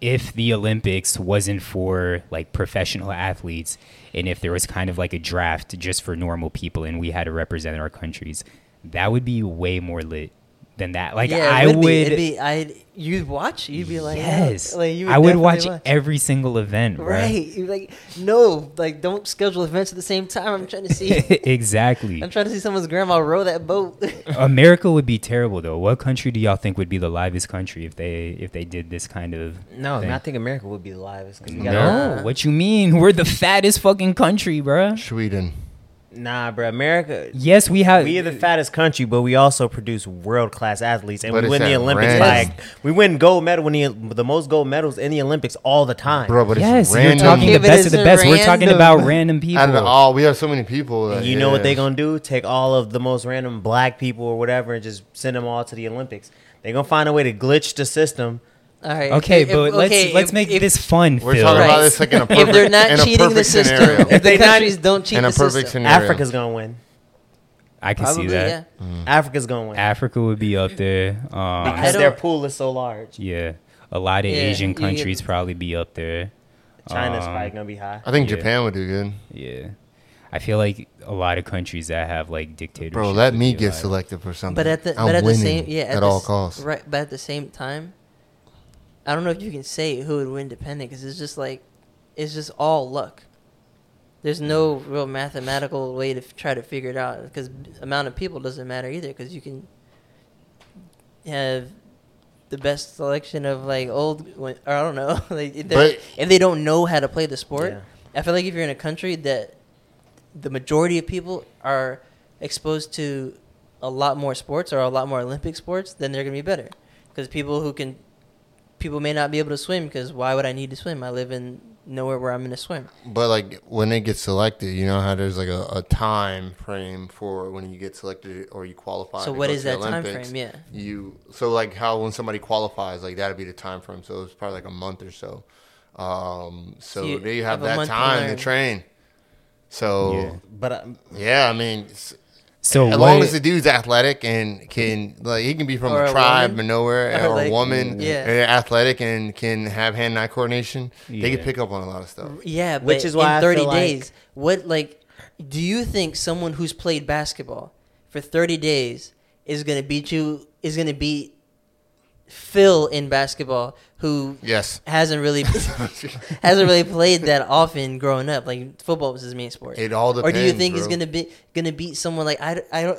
if the Olympics wasn't for like professional athletes and if there was kind of like a draft just for normal people and we had to represent our countries, that would be way more lit than that. Like Yeah, it I would, be, it'd be I you'd watch you'd be like yeah, yes, like you I would definitely watch, every single event. bruh. right you're like no like don't schedule events at the same time I'm trying to see exactly. I'm trying to see someone's grandma row that boat America would be terrible though. What country do y'all think would be the livest country if they if they did this kind of No, thing? I think America would be the livest. 'cause we got No, what you mean? We're the fattest fucking country, bruh. Sweden. Nah, bro. America. Yes, we have. We are the fattest country, but we also produce world class athletes, and But we it's win the that Olympics. random- Like we win gold medal, when the the most gold medals in the Olympics all the time. Bro, but yes, it's you're random. talking the Yeah, but best of it's the best. We're talking random. about random people. Out of all, we have so many people. And that- you know what yeah. they're gonna do? Take all of the most random black people or whatever, and just send them all to the Olympics. They're gonna find a way to glitch the system. all right Okay, if- if- but let's okay, let's if- make if- this fun. We're Phil. talking Right. about this like in a perfect, if they're in not a cheating the perfect system scenario. if the They not- countries don't cheat in a the perfect system scenario. Africa's gonna win. I can probably see that. yeah Mm. Africa's gonna win Africa would be up there. Um, I because their don't- pool is so large. yeah, a lot of Yeah, Asian you get- countries probably be up there. China's Um, probably gonna be high. I think Yeah. Japan would do good. Yeah, I feel like a lot of countries that have like dictatorships. Bro, let would me be get like- selected for something. But at the I'm but at the winning same yeah at at the all s- costs. Right, but at the same time, I don't know if you can say who would win depending because it's just like it's just all luck. There's no real mathematical way to f- try to figure it out because amount of people doesn't matter either because you can have the best selection of like old or I don't know like if, they're- But- if they don't know how to play the sport. Yeah. I feel like if you're in a country that the majority of people are exposed to a lot more sports or a lot more Olympic sports, then they're going to be better. Because people who can, people may not be able to swim because why would I need to swim? I live in nowhere where I'm going to swim. But like when they get selected, you know how there's like a, a time frame for when you get selected or you qualify. So to what go is to the that time Olympics. frame? Yeah. You so like how when somebody qualifies, like that'd be the time frame. So it's probably like a month or so. Um, so, you they have, have a that month to time to learn. train. So But uh, yeah, I mean, s- So as what, long as the dude's athletic and can like he can be from Or a a tribe woman. or nowhere or, Or, a like, woman, yeah. and they're athletic and can have hand-eye coordination, they Yeah. can pick up on a lot of stuff. Yeah, but Which is why I in 30 feel like- days, what like, do you think someone who's played basketball for 30 days is going to beat you? Is going to beat Phil in basketball who Yes. hasn't really hasn't really played that often growing up. Like football was his main sport. It all Or do you depends, think he's bro. gonna be gonna beat someone like I, d- I don't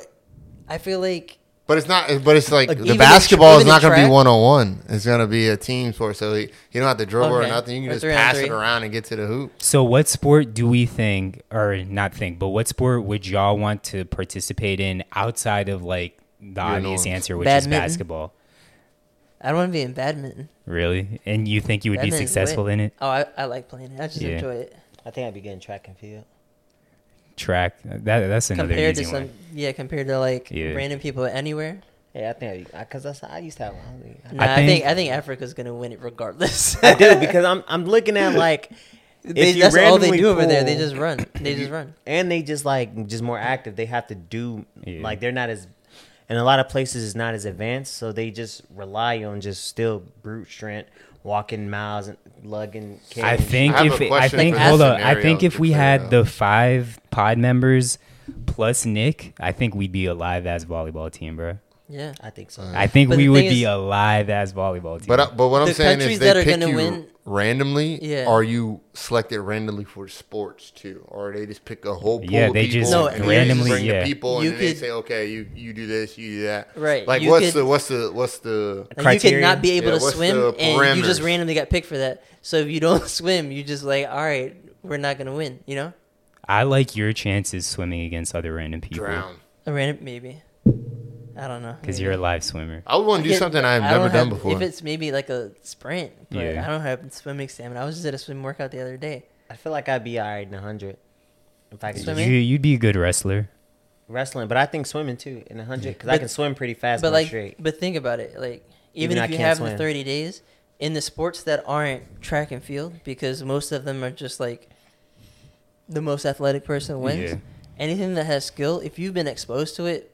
I feel like But it's not. But it's like even the in basketball tr- is even not in going to be track? one on one. It's going to be a team sport. So you you don't have to dribble Okay. or nothing. You Or can just three on pass three. it around and get to the hoop. so what sport do we think or not think, but what sport would y'all want to participate in outside of like the obvious norms. answer, which Badminton? is basketball? I don't want to be in badminton. Really? And you think you would be Badminton's successful lit. in it? Oh, I, I like playing it. I just Yeah. enjoy it. I think I'd be getting track and field. Track. That that's another Compared easy to some one. yeah, compared to like Yeah. random people anywhere. Yeah, I think because that's I used to have one. Nah, I think, think- I think Africa's gonna win it regardless. I do because I'm I'm looking at like They- if you that's all they randomly do over there. They pull- just run. They just run. and they just like just more active. They have to do Yeah. like they're not as in a lot of places it's not as advanced, so they just rely on just still brute strength, walking miles and lugging. I carrying think I have if a it, I question think for hold this on, I scenario think if to we clear had up. the five pod members plus Nick, I think we'd be a live ass volleyball team, bro. Yeah. I think so. I think But we the would thing be is- a live ass volleyball team. But I- but what I'm The saying countries is they that are pick gonna you win- randomly. Yeah. Are you selected randomly for sports too, or they just pick a whole pool? Yeah, of they people just No, and they randomly, bring yeah. the people You and then they could- say, okay, you you do this, you do that. Right, Like you what's could- the what's the what's the Like, you could Criteria? not be able Yeah, to what's swim, the and you just parameters? randomly got picked for that. So if you don't swim, you just like, all right, we're not gonna win. You know, I like your chances swimming against other random people drown? a random maybe. I don't know. because maybe. you're a live swimmer. I would want to do Yeah, something I've I never don't done have- before. If it's maybe like a sprint, but Yeah. I don't have swimming stamina. I was just at a swim workout the other day. I feel like I'd be all right in a hundred if I could Swimming? just You, you'd be a good wrestler. wrestling, but I think swimming too in a hundred because I But- can swim pretty fast. but going like, straight. but think about it. Like, Even even I if you can't have swim. the thirty days in the sports that aren't track and field, because most of them are just like the most athletic person wins. Yeah. Anything that has skill, if you've been exposed to it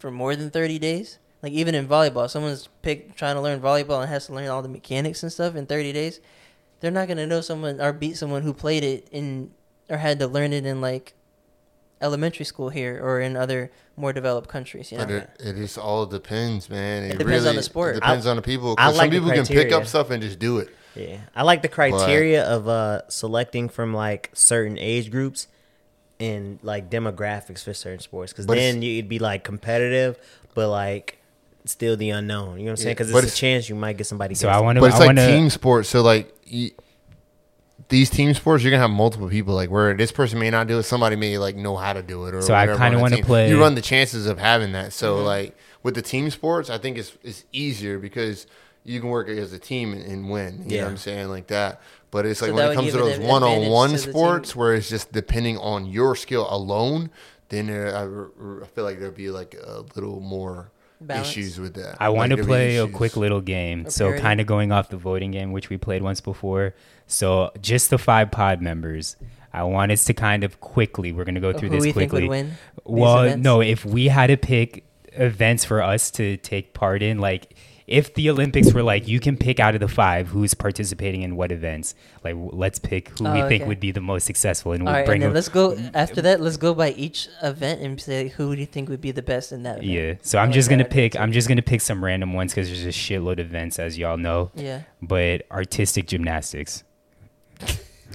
for more than thirty days, like even in volleyball, someone's pick trying to learn volleyball and has to learn all the mechanics and stuff in thirty days. They're not gonna know someone or beat someone who played it in or had to learn it in like elementary school here or in other more developed countries. You know, But it, it just all depends, man. It, depends really, on the sport. It depends on the people. I 'cause like the some people can pick criteria. up stuff and just do it. Yeah, I like the criteria of uh selecting from like certain age groups and like demographics for certain sports because But it's- then you'd be like competitive, but like still the unknown. You know what I'm saying? Yeah, Because but it's a it's- chance you might get somebody. So I guessing. want to. But it's I like want to. team sports. So like you, these team sports, you're gonna have multiple people. Like where this person may not do it, somebody may like know how to do it. Or So I whatever kinda on the wanna team. play- Mm-hmm. You run the chances of having that. So like with the team sports, I think it's it's easier because you can work as a team and, and win. You know Yeah. what I'm saying like that. But it's like So when that would it comes to give an those advantage one-on-one to the team. sports where it's just depending on your skill alone, then there I, r- r- I feel like there'd be like a little more Balance. issues with that. I want Like, to there'd be play a issues. quick little game. so parody. kind of going off the voting game, which we played once before. So just the five pod members. I want us to kind of quickly. We're gonna go through Who this we think quickly. would win these well, events? no. If we had to pick events for us to take part in, like if the Olympics were like, you can pick out of the five who's participating in what events. Like, w- let's pick who we Oh, think okay. would be the most successful, and All we'll right, bring Mm-hmm. and then them. let's go after that. Let's go by each event and say who do you think would be the best in that. Event. Yeah. So I I'm like just that gonna idea pick. too. I'm just gonna pick some random ones because there's a shitload of events, as y'all know. Yeah. But artistic gymnastics.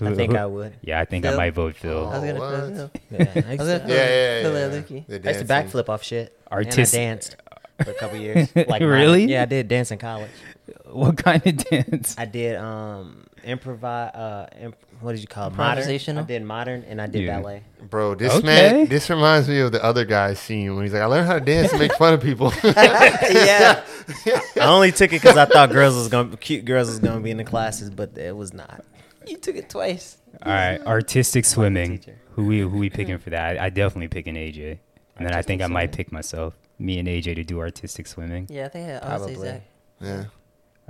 I think I would. Yeah, I think I Phil? might vote Phil. I was gonna. Oh, What? I was gonna- Yeah, I used I to, was gonna- Yeah, yeah, yeah. Phil yeah. Leakey. Oh, The I used to dancing. backflip off shit. Artis- and I danced for a couple years. Like Really? Yeah, I did dance in college. What kind of dance? I did um improv. Uh, imp- what did you call it? Modern. I Improvisational? did modern and I did Yeah. ballet. Bro, this Okay. man, this reminds me of the other guy's scene when he's like, "I learned how to dance and make fun of people." yeah. I only took it because I thought girls was gonna cute girls was gonna be in the classes, but it was not. You took it twice. All right, artistic swimming. teacher. Who we who we picking for that? I, I definitely picking AJ, and then I think I might pick myself, me and AJ, to do artistic swimming. Yeah, I think I honestly Probably. Zach. yeah.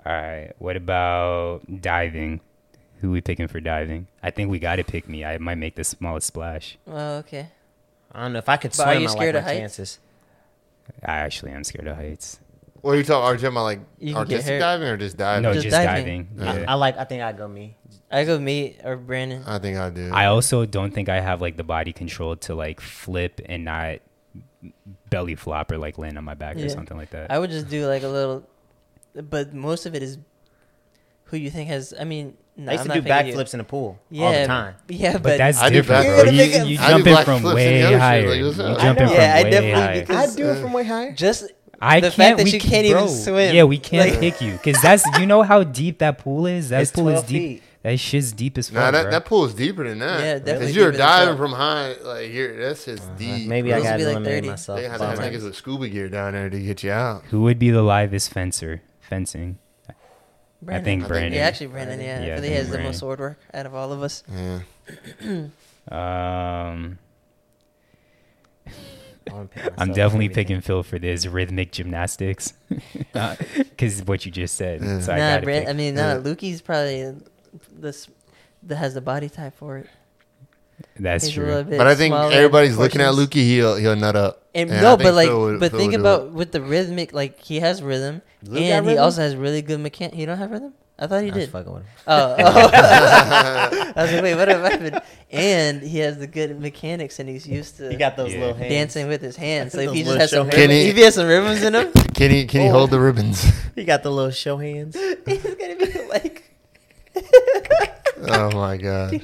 All right, what about diving? Who we picking for diving? I think we got to pick me. I might make the smallest splash. Oh, okay. I don't know if I could But are swim. you I like scared my of heights? chances. I actually am scared of heights. What are you talking? Are you talking about You like can get artistic hurt. diving or Uh, just diving? No, Just just, diving. diving. I, Yeah. I like. I think I go me. I go me or Brandon. I think I do. I also don't think I have like the body control to like flip and not belly flop or like land on my back Yeah. or something like that. I would just do like a little, but most of it is who you think has. I mean, no, I used I'm to not do picking you. backflips in the pool yeah, all the time. Yeah, but, but, that's I do different. back- bro. You're You, gonna you make a- I do jump in back from flips in way the ocean, higher. like, You what's up? jump I in know. from Yeah, I way definitely higher. because- I do it from way higher. just I the can't. fact that we you can't even bro, swim. Yeah, we can't Like- pick you because that's you know how deep that pool is. That It's pool is 12 deep. feet. That shit's deep as fuck, nah, that, bro. that pool is deeper than that. Yeah, definitely Cause you're deeper than diving that. Uh-huh. from high, like here. That's just deep. Maybe I Used to got be to like eliminate 30. myself. They had to have Bummer. niggas with scuba gear down there to get you out. Who would be the livest fencer? Fencing. Brandon. think Brandon. Yeah, actually Brandon. Yeah, Yeah, I I think he think has the Brandon. most sword work out of all of us. Yeah. Um, I wanna pick myself I'm for definitely everything. picking Phil for this rhythmic gymnastics because what you just said. Yeah. So I nah, gotta Brand, pick. I mean, nah, Yeah. Lukey's probably this that has the body type for it. That's He's a true. little bit But I think smaller in everybody's looking at proportions. Lukey. He'll he'll nut up. And I no, think but like, Phil would- but Phil think would do about it. with the rhythmic, like he has rhythm, Luke got and he rhythm? also has really good mechanic. He don't have rhythm. I thought he I was did. fucking with him. Oh, oh. I was like, wait, what have I been? And he has the good mechanics, and he's used to He got those Yeah. little hands. dancing with his hands. So if Those he just little has some, show hands. rhythm, if he has some rhythms in him, Can he can he Oh. hold the ribbons? He got the little show hands. he's gonna be like. oh my god.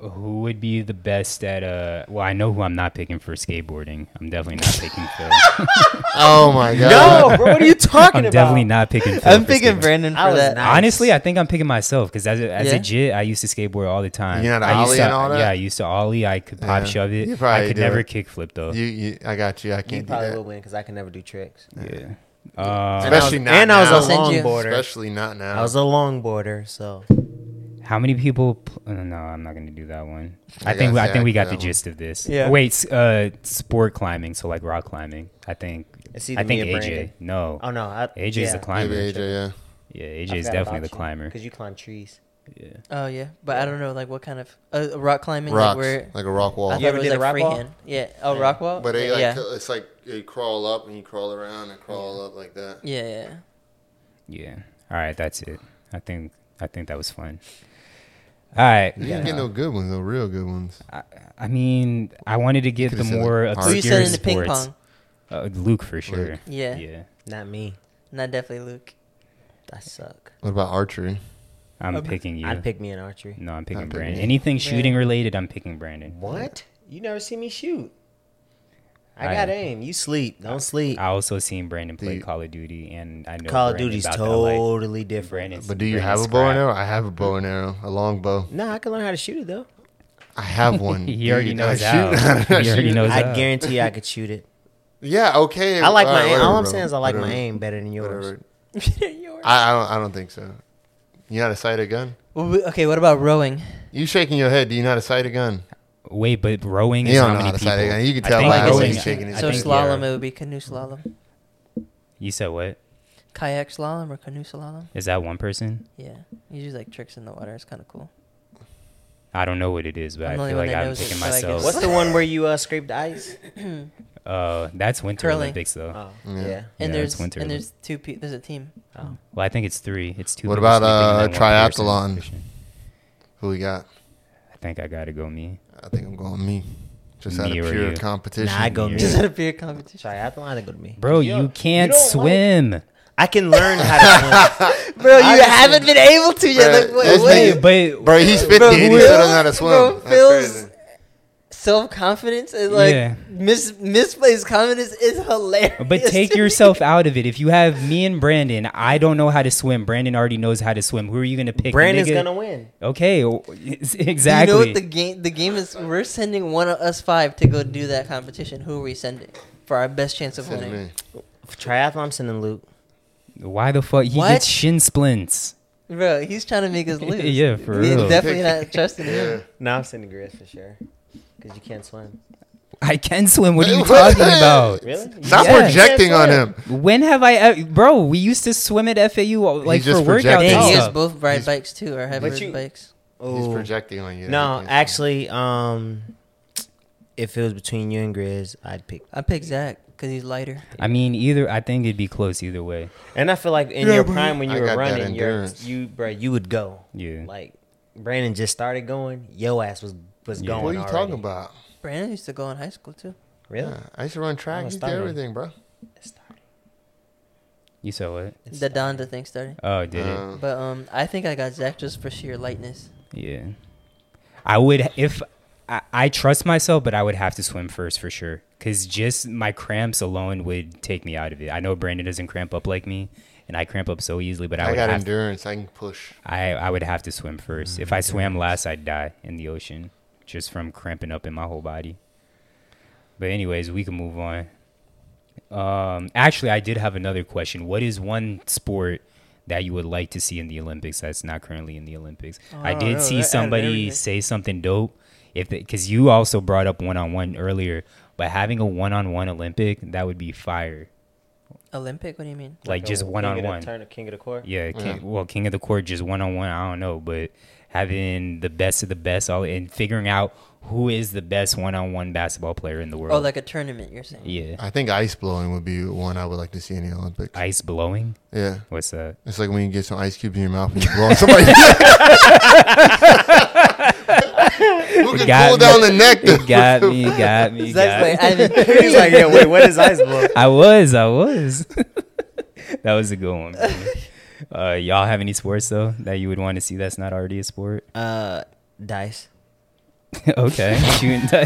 Who would be the best at uh? Well, I know who I'm not picking for skateboarding. I'm definitely not picking Phil. Oh my god. No, bro, what are you talking I'm about? definitely not picking. Phil I'm for thinking skateboarding. Brandon I for was that. not- Honestly, I think I'm picking myself because as a, as Yeah? a jit, I used to skateboard all the time. You're not I used ollie to, and all that? Yeah, I used to ollie. I could pop Yeah. shove You it. probably I could do never it. kick flip though. You, you, I got you. I You can't do probably that. will win because I can never do tricks. yeah. Uh, Especially and I was, not and I was a now. I'll send you- longboarder. Especially not now. I was a longboarder, so how many people? Pl- uh, no, I'm not gonna do that one. I, I think gotta I say, think I we do got that the one. gist of this. Yeah. Wait, s- uh, sport climbing. So like rock climbing. I think. It's either I think me or AJ. Brandon. No. oh no, I, AJ's yeah. the Maybe climber. AJ, yeah. Yeah, AJ is definitely the climber. because you climb trees. Yeah. Oh yeah, but I don't know like what kind of uh, rock climbing Rocks, like where. like a rock I wall. thought You ever it was did a like rock wall? freehand. Yeah. Oh, rock wall. But they, yeah. like, yeah. it's like you crawl up and you crawl around and crawl up like that. yeah, yeah. Yeah. All right, that's it. I think I think that was fun. All right. You didn't get no good ones, no real good ones. I, I mean, I wanted to get Could've the said, like, more Hard. Who obscure you said in the ping sports. pong? Uh, Luke for sure. Yeah. Yeah. Not me. Not definitely Luke. I suck. What about archery? I'm Okay. picking you. I'd pick me in archery. no, I'm picking I'm picking Brandon. you. Anything shooting related, I'm picking Brandon. What? You never see me shoot. I I- got aim. You sleep. Don't sleep. I also seen Brandon play The- Call of Duty, and I know Call of Brandon Duty's about that life. totally different. Brandon's- But do you Brandon's have a bow crap. and arrow? I have a bow and arrow, a long bow. No, I can learn how to shoot it though. I have one. He already Dude, knows I how. shoot- I He already shoot- knows I how. guarantee you I could shoot it. Yeah, okay. I like all my right, aim. whatever, All I'm bro. saying is I like my Whatever. aim better than yours. Whatever. Yours. I, I don't. I don't think so. You know how to sight a gun? Well, we- okay, what about rowing? You shaking your head? Do you know how to sight a gun? Wait, but rowing You is don't how know many how to people? sight a gun. You can I tell think by how rowing- he's shaking his I so think- slalom, yeah. it would be canoe slalom. You said what? Kayak slalom or canoe slalom? Is that one person? Yeah. You do like tricks in the water. It's kind of cool. I don't know what it is, but I'm I the only feel one like that I'm knows it, picking so I myself. guess- What's the one where you uh, scrape the ice? Uh, that's Winter Curling. Olympics though. Oh, Yeah. yeah. And Yeah, it's there's winter, and though. there's two pe- there's a team. Oh. Well, I think it's three. It's two. What people about, sleeping and uh, then one person triathlon? pushing. Who we got? I think I gotta go me. I think I'm going me. Just out Me of or pure you? competition. Nah, I go Yeah. me. Just at a beer competition. Triathlon, I go to me. Bro, you can't swim. I can learn how to swim. Bro, you Honestly. haven't been able to yet. Bro, Like, wait, that's wait. me. but Bro, he's 50 and he Will- still doesn't know how to swim. bro, That's Phil's- crazy. Self confidence and like Yeah. mis- misplaced confidence is hilarious. But take to me. yourself out of it. If you have me and Brandon, I don't know how to swim. Brandon already knows how to swim. Who are you gonna pick? Brandon's nigga? gonna win. Okay, o- it's- Do exactly. You know what the game? The game is we're sending one of us five to go do that competition. Who are we sending for our best chance of Send winning? me. For triathlon, I'm sending Luke. Why the fuck he What? gets shin splints? Bro, he's trying to make us lose. Yeah, for He's real. definitely not trusting Yeah. him. No, I'm sending Grizz for sure. Cause you can't swim. I can swim. What are you talking about? Really? Stop Yeah. projecting on him. When have I, ever, bro? We used to swim at FAU uh, like just for workouts. projecting. Dang, and he He's- has stuff. both ride he's- bikes too, or have But ride you- bikes. He's Ooh. projecting on you. No, He can't actually, um, if it was between you and Grizz, I'd pick. I pick Zach because he's lighter. I mean, either I think it'd be close either way. And I feel like in your prime when you I were got that running, your endurance. you, bro, you would go. Yeah. Like Brandon just started going. Yo ass was was Yeah. swim. going. What are you already. talking about? Brandon used to go in high school too. Really? Yeah, I used to run I'm track. a You did starter. everything, bro. It started. You said what? It the started. Donda thing started. Oh, did it? Uh, But um, I think I got Zach just for sheer lightness. Yeah. I would if I, I trust myself, but I would have to swim first for sure. Cause just my cramps alone would take me out of it. I know Brandon doesn't cramp up like me, and I cramp up so easily. But I, I would got have endurance. I can push. I I would have to swim first. Mm, If I swam last, I'd die in the ocean just from cramping up in my whole body. But anyways, we can move on. Um, actually, I did have another question. What is one sport that you would like to see in the Olympics that's not currently in the Olympics? I Oh, did no, that see added somebody everything. say something dope. If because you also brought up one on one earlier, but having a one on one Olympic that would be fire. Olympic? What do you mean? Like, a just king one of the on one. oh, Turn king of the court. Yeah, king, well, king of the court just one on one. I don't know, but having the best of the best, all and figuring out who is the best one on one basketball player in the world. Oh, like a tournament? You're saying? yeah, I think ice blowing would be one I would like to see in the Olympics. ice blowing. yeah. What's that? It's like when you get some ice cubes in your mouth and you blow on somebody. Who can Got pull me. down the neck? It The, got me, got me, got Zach's me. like, I've been He's like, yeah, wait, what is ice blow? I was, I was. that was a good one. bro. Uh, y'all have any sports though that you would want to see that's not already a sport? Uh, dice. okay, shooting dice.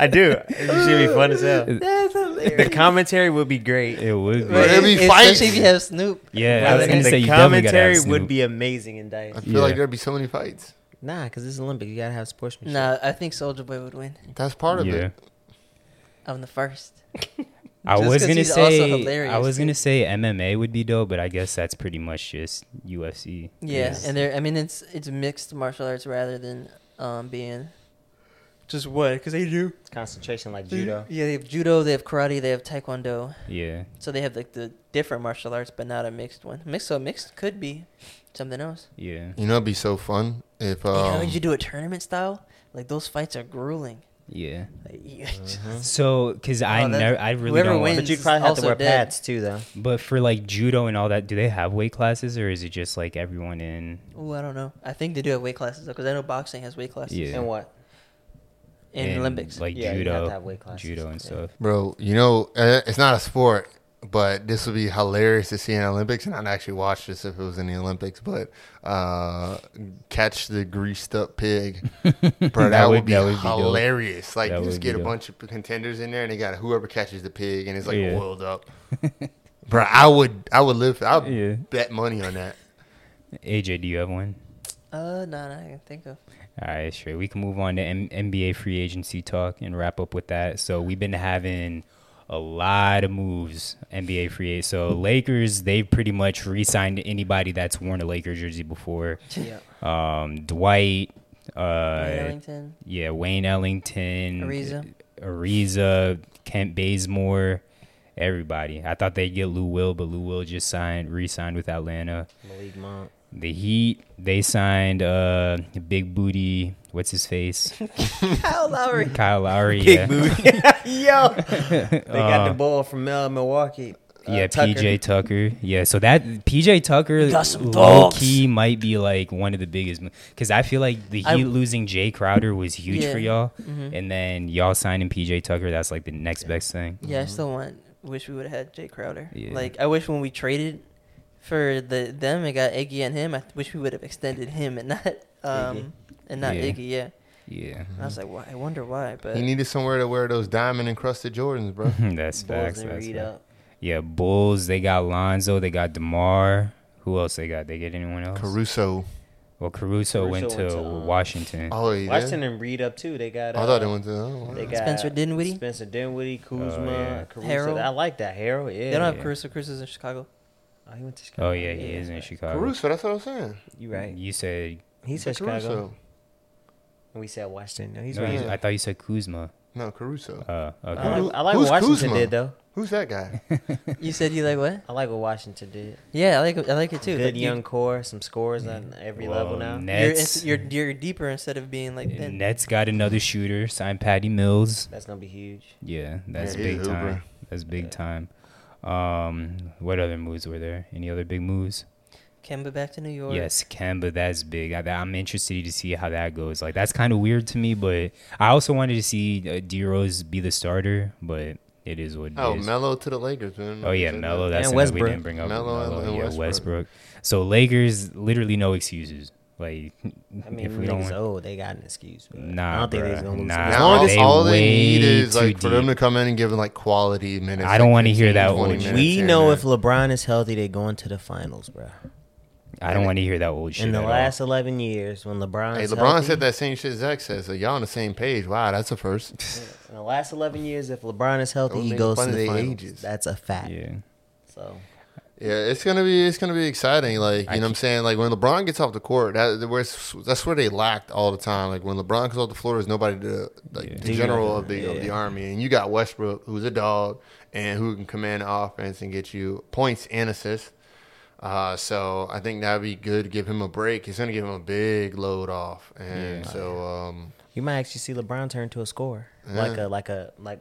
I do. It should be fun as hell. That's hilarious. The commentary would be great. it would Right, be. Right. It'd be especially fights. if you have Snoop. Yeah, I Well, was gonna and say the you definitely gotta have commentary Snoop. would be amazing in dice. I feel Yeah. like there'd be so many fights. Nah, because it's Olympic. You gotta have sportsmanship. Nah, I think Soldier Boy would win. That's part of Yeah. it. I'm the first. I Just was 'cause gonna he's also say hilarious, I was too. gonna say MMA would be dope, but I guess that's pretty much just UFC. Yeah, and there. I mean, it's it's mixed martial arts rather than um being just what because they do. It's concentration like Mm-hmm. judo. Yeah, they have judo, they have karate, they have taekwondo. Yeah, So they have like the different martial arts, but not a mixed one. Mixed, so mixed could be something else. yeah. You know, it'd be so fun if. Hey, how Um, would you do a tournament style? Like those fights are grueling. Yeah. Like, Mm-hmm. So, because I Oh, that- never, I really whoever don't. Win. wins- But you'd probably have to also wear dead. pads too, though. But for like judo and all that, do they have weight classes or is it just like everyone in? Ooh, I don't know. I think they do have weight classes though, because I know boxing has weight classes Yeah. And what? in, Olympics. like Yeah, you have to judo, have weight classes. judo and Yeah. stuff. Bro, you know, uh, it's not a sport, but this would be hilarious to see in Olympics. And I'd actually watch this if it was in the Olympics, but uh, catch the greased up pig. Bro, that, That would, would- be that would be dope. hilarious. like, That you would just be get a dope. bunch of contenders in there and they got whoever catches the pig and it's like Yeah. oiled up. Bro, I would, I would live, I would Yeah. bet money on that. AJ, do you have one? uh, no, no, I can think of. All right, sure. We can move on to M- NBA free agency talk and wrap up with that. So we've been having a lot of moves NBA free agent. So Lakers, they've pretty much re-signed anybody that's worn a Lakers jersey before. Yeah. Um, Dwight, uh, Ellington. yeah, Wayne Ellington, Ariza. Ariza, Kent Bazemore, everybody. I thought they'd get Lou Will, but Lou Will just signed, re-signed with Atlanta. Malik Monk. The Heat, they signed uh Big Booty, what's his face? Kyle Lowry. Kyle Lowry. yeah. Yo, they got the ball from uh, Milwaukee. Uh, yeah, Tucker. PJ Tucker. Yeah, so that PJ Tucker got some low dogs. key might be like one of the biggest because I feel like the Heat I- losing Jay Crowder was huge Yeah. for y'all, and then y'all signing PJ Tucker. That's like the next best thing. Yeah, I still want. Wish we would have had Jay Crowder. Mm-hmm. Yeah. Like I wish when we traded for the them and got Iggy and him, I wish we would have extended him and not um and not Yeah. Mm-hmm. Iggy. Yeah. Yeah, And I was like, why? I wonder why. But He needed somewhere to wear those diamond encrusted Jordans, bro. that's facts. Bulls and That's Reed facts. up. Yeah, Bulls. They got Lonzo. They got Demar. Who else they got? They get anyone else? Caruso. well, Caruso, Caruso went to, went to, um, Washington. Oh, yeah. Washington and Reed up too. They got. Uh, I thought they went to. Oh, They wow. got Spencer Dinwiddie? Spencer Dinwiddie, Kuzma, Oh, yeah. Caruso. Harrell. I like that Harold. Yeah. they don't have yeah. Caruso. Caruso's in Chicago. Oh, he went to Chicago. Oh yeah, he is in Chicago. Caruso, that's what I'm saying. You right. You said He said Chicago. Caruso. And we said Washington. No, he's no, right. you- I thought you said Kuzma. No, Caruso. Uh, okay. I like, I like Who's what Washington Kuzma? did though. Who's that guy? You said you like what? I like what Washington did. Yeah, I like I like it too. Good like, young core, some scores on every Well, level now. You, are Nets, you're you're deeper instead of being like thin. Nets got another shooter. Signed Patty Mills. That's gonna be huge. Yeah, that's he's big a hooper. time. That's big time. Um, what other moves were there? Any other big moves? Kemba back to New York. Yes, Kemba. That's big. I, I'm interested to see how that goes. Like that's kind of weird to me, but I also wanted to see uh, D Rose be the starter, but it is what it is. Oh, Melo to the Lakers, man. Oh yeah, Melo. That's And another we Westbrook. didn't bring up. Melo and- Melo, and yeah, Westbrook. Westbrook. So Lakers, literally no excuses. Like I mean, if if we don't, niggas old, they got an excuse. But Nah, I don't think bruh. they're gonna lose. Nah. to Now all, They all they need way is too like for them deep. to come in and give them like quality minutes. I don't like wanna hear 15, that 20 old the- shit. minutes We here know and if LeBron is healthy, they going to the finals, bro. I don't want to hear that old shit. In the at all. last eleven years, when LeBron, there. Hey, LeBron said that same shit Zach said. So y'all on the same page? Wow, that's a first. In the last eleven years, if LeBron is healthy, Those he niggas goes to funny the they finals. ages. That's a fact. Yeah. So yeah, it's gonna be it's gonna be exciting. Like you know, what I'm saying like when LeBron gets off the court, that where that's where they lacked all the time. Like when LeBron comes off the floor, there's nobody to like the general of the of the army, and you got Westbrook, who's a dog, and who can command the offense and get you points and assists. Uh, so I think that'd be good. to Give him a break. It's gonna give him a big load off, and so um, you might actually see LeBron turn to a scorer, Yeah. like a like a like.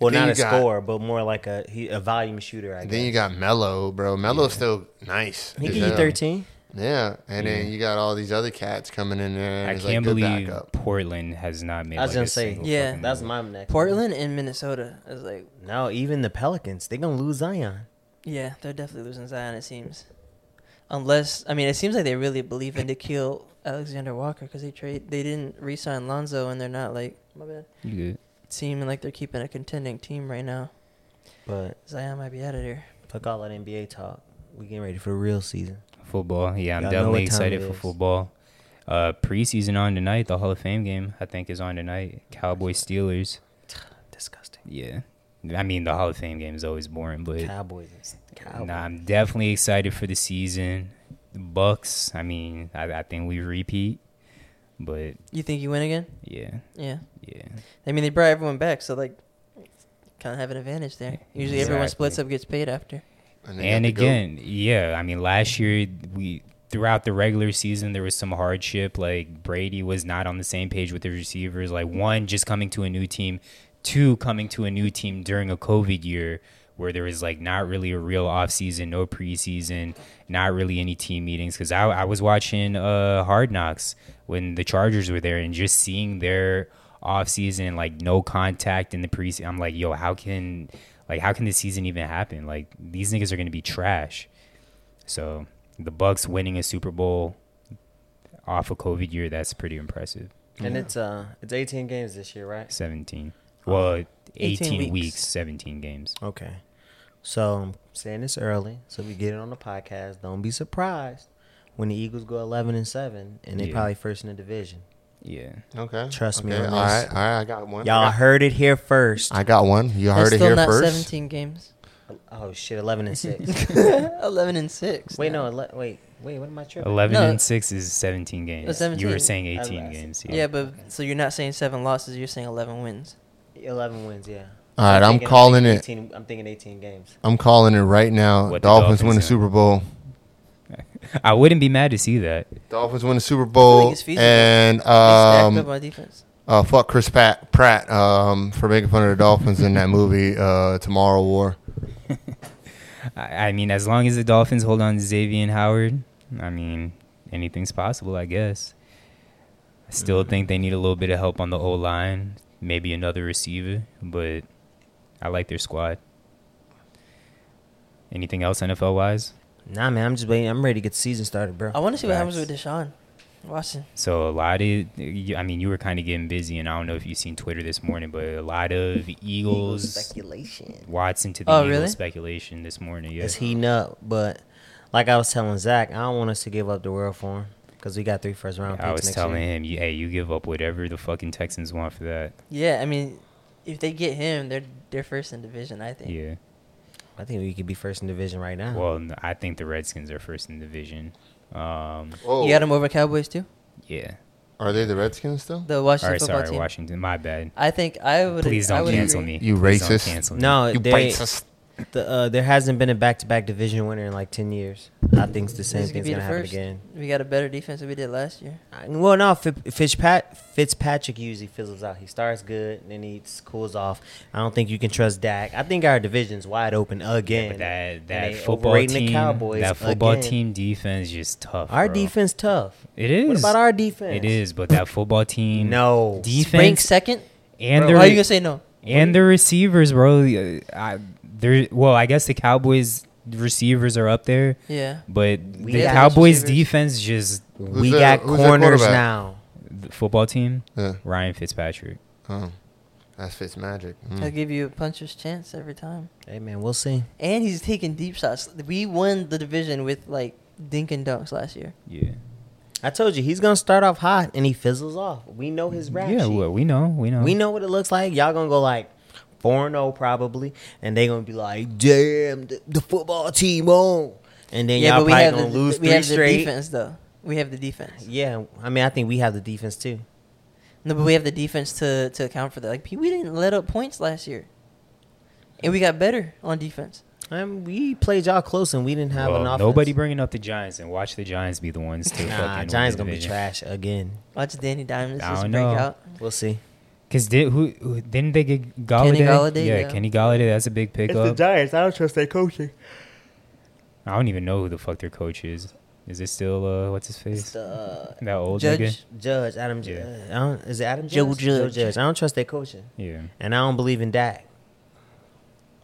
Well, Then not you a got- scorer, but more like a he, a volume shooter. I guess. then you got Mello, bro. Mello's still nice. he as give you hell. thirteen. Yeah, and then you got all these other cats coming in there. And I it's can't like good believe backup. Portland has not made. I was like, gonna a say, single yeah, fucking That's move. my next. Portland and Minnesota. I was like, No, even the Pelicans, they gonna lose Zion. yeah, they're definitely losing Zion. It seems, unless I mean, it seems like they really believe in to kill Alexander Walker because they trade they didn't re-sign Lonzo and they're not like my bad. You good? Seeming like they're keeping a contending team right now. But Zion might be out of there. fuck all that NBA talk. We getting ready for the real season. Football. Yeah, I'm Y'all know definitely what time excited it for is. football. Uh, preseason on tonight. The Hall of Fame game I think is on tonight. Cowboys Steelers. Disgusting. Yeah. I mean the Hall of Fame game is always boring, but Cowboys. is- Cowboys. Nah, I'm definitely excited for the season. The Bucks. I mean, I, I think we repeat, but You think you win again? yeah, Yeah. yeah, I mean, they brought everyone back, so like, kind of have an advantage there. Usually, everyone E-, Exactly. splits up, gets paid after. And, they got and the GOAT. again, yeah. I mean, last year we throughout the regular season there was some hardship. Like Brady was not on the same page with the receivers. Like one, just coming to a new team, two, coming to a new team during a COVID year where there was like not really a real offseason, no preseason, not really any team meetings. Cause I, I was watching uh, Hard Knocks when the Chargers were there and just seeing their offseason, like no contact in the preseason. I'm like, yo, how can like how can this season even happen? Like these niggas are gonna be trash. So the Bucks winning a Super Bowl off a COVID year, that's pretty impressive. And it's uh it's 18 games this year, right? Seventeen. Well, 18 18, weeks. weeks. seventeen games. Okay. So I'm saying this early, so we get it on the podcast. Don't be surprised when the Eagles go 11 and seven, and they Yeah. probably first in the division. Yeah. Okay. Trust me Okay. on All this. right. All right. I got one. I Y'all got, heard it here first. I got one. You That's heard it still here not first. 17 games. oh shit, 11 and six. 11 and 6. wait, now. no, ele- wait, wait. What am I tripping? Eleven No. and six is seventeen games. Oh, 17. You were saying I eighteen was- games. Yeah, but so you're not saying seven losses, you're saying 11 wins. 11 wins, yeah. All right. I'm thinking- calling thinking it. 18 I'm thinking 18 games. I'm calling it right now. What the Dolphins, win the Dolphins Super Bowl. I wouldn't be mad to see that. Dolphins win the Super Bowl. it's feasible. And They stacked um, up on defense. uh, fuck Chris Pat, Pratt um, for making fun of the Dolphins in that movie uh, Tomorrow War. I, I mean, as long as the Dolphins hold on to Xavier Howard, I mean, anything's possible, I guess. I still think they need a little bit of help on the O line, maybe another receiver, but I like their squad. Anything else NFL wise? Nah, man, I'm just waiting. I'm ready to get the season started, bro. I want to see what happens with Facts. Deshaun Watson. So a lot of, you- I mean, you were kind of getting busy, and I don't know if you've seen Twitter this morning, but a lot of Eagles, speculation. Watson to the Oh, Eagles really? speculation this morning. Yeah. It's heating up, but like I was telling Zach, I don't want us to give up the world for him because we got three first round picks I was next telling year. him, hey, you give up whatever the fucking Texans want for that. Yeah, I mean, if they get him, they're they're first in division, I think. Yeah. I think we could be first in division right now. Well, n- I think the Redskins are first in the division. Um, Oh, You got him over Cowboys too? yeah. are they the Redskins still? The Washington Or football sorry, team. Washington. My bad. I think I would Please I don't would cancel agree. me. You Please don't racist. cancel me. no, You they, racist. the, uh, there hasn't been a back to back division winner in like 10 years. I think the same This thing's could be going to the happen first. again. We got a better defense than we did last year. I- Well, no, Fi- Fitzpat- Fitzpatrick usually fizzles out. He starts good, and then he s- cools off. I don't think you can trust Dak. I think our division's wide open again. But that and that they football overrating team, the Cowboys that football again. team defense is just tough. Our bro. defense tough. It is. What about our defense? It is, but that football team. No. Rank defense second? and Bro, their how are you gonna say no? and the receivers, bro. uh, I, they're well, I guess the Cowboys receivers are up there, Yeah. but We the got- Cowboys Receivers. defense just Who's we their- got who's their corners quarterback? now. the football team. Yeah. Ryan Fitzpatrick. Oh, that's Fitzmagic. Hmm. I'll Mm. give you a puncher's chance every time. Hey man, we'll see. And he's taking deep shots. We won the division with like dink and dunks last year. Yeah. I told you he's gonna start off hot and he fizzles off. We know his rap yeah, sheet. well, we know, we know. We know what it looks like. Y'all gonna go like four and zero probably, and they gonna be like, "Damn, the, the football team on." And then y'all probably gonna the, lose we three have the straight. defense though. We have the defense. Yeah, I mean, I think we have the defense too. No, but we have the defense to, to account for that. Like we didn't let up points last year, and we got better on defense. I mean, we played y'all close and we didn't have Well, an offense. nobody bringing up the Giants and watch the Giants be the ones to fucking Nah, win Giants the gonna be division. trash again. Watch Danny Dimes I just don't break know. out. We'll see. Cause did who, who didn't they get Galladay? Golladay, yeah, yeah. Kenny Galladay. That's a big pickup. Giants. I don't trust their coaching. I don't even know who the fuck their coach is. Is it still uh what's his face? The That old nigga. Judge, Judge Adam. Ju- Yeah. I don't, is it Adam? Judge? Joe Joe Judge. Judge. I don't trust their coaching, Yeah, and I don't believe in Dak.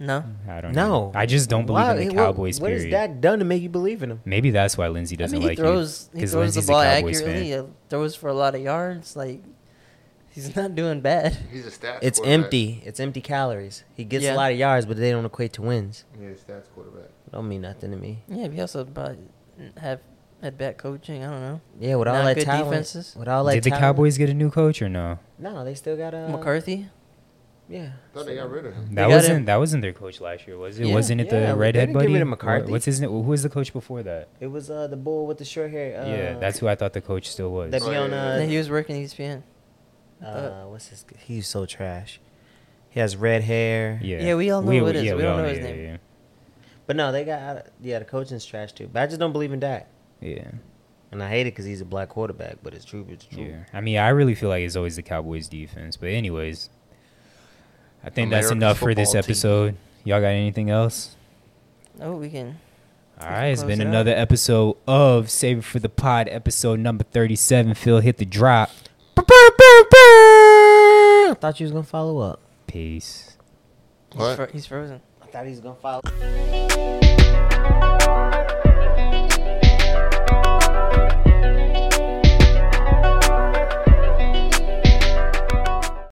no, I don't. No, know. I just don't believe Why- in the what- Cowboys. What has period. Dak done to make you believe in him? Maybe that's why Lindsay I doesn't mean he like throws you. he Because throws the Lindsay's a ball Cowboys accurately. fan. He throws for a lot of yards. Like he's not doing bad. He's a stats. It's quarterback. empty. It's empty calories. He gets Yeah. a lot of yards, but they don't equate to wins. He's a stats quarterback. Don't mean nothing to me. Yeah, but he also probably have had bad coaching. I don't know. Yeah, with all Not that good talent, defenses. with all that Did the talent- Cowboys get a new coach or no? No, they still got a McCarthy. Yeah, Thought they got rid of him. That got wasn't him. that wasn't their coach last year, was it? Yeah. wasn't it Yeah, they the redhead didn't get buddy? rid of Wha- McCarthy. What's his name? Who was the coach before that? it was uh the bull with the short hair. Uh, yeah, that's who I thought the coach still was. that be Oh, yeah, on. yeah, Uh, And he was working E ESPN. uh, what's his? He's so trash. He has red hair. Yeah. Yeah, we all know who it is. We don't all know his name. But no, they got out of, yeah, the coaching's trash too. But I just don't believe in Dak. Yeah. yeah. and I hate it because he's a black quarterback, but it's true. It's true. Yeah. I mean, I really feel like it's always the Cowboys defense. But anyways, I think that's enough America's for this football team. episode. Y'all got anything else? Oh, we can. All right, it's close been it out. another episode of Save It for the Pod, episode number 37. Phil hit the drop. I thought you was gonna follow up. Peace. He's, What? fro- he's frozen. I thought he was gonna follow. Thank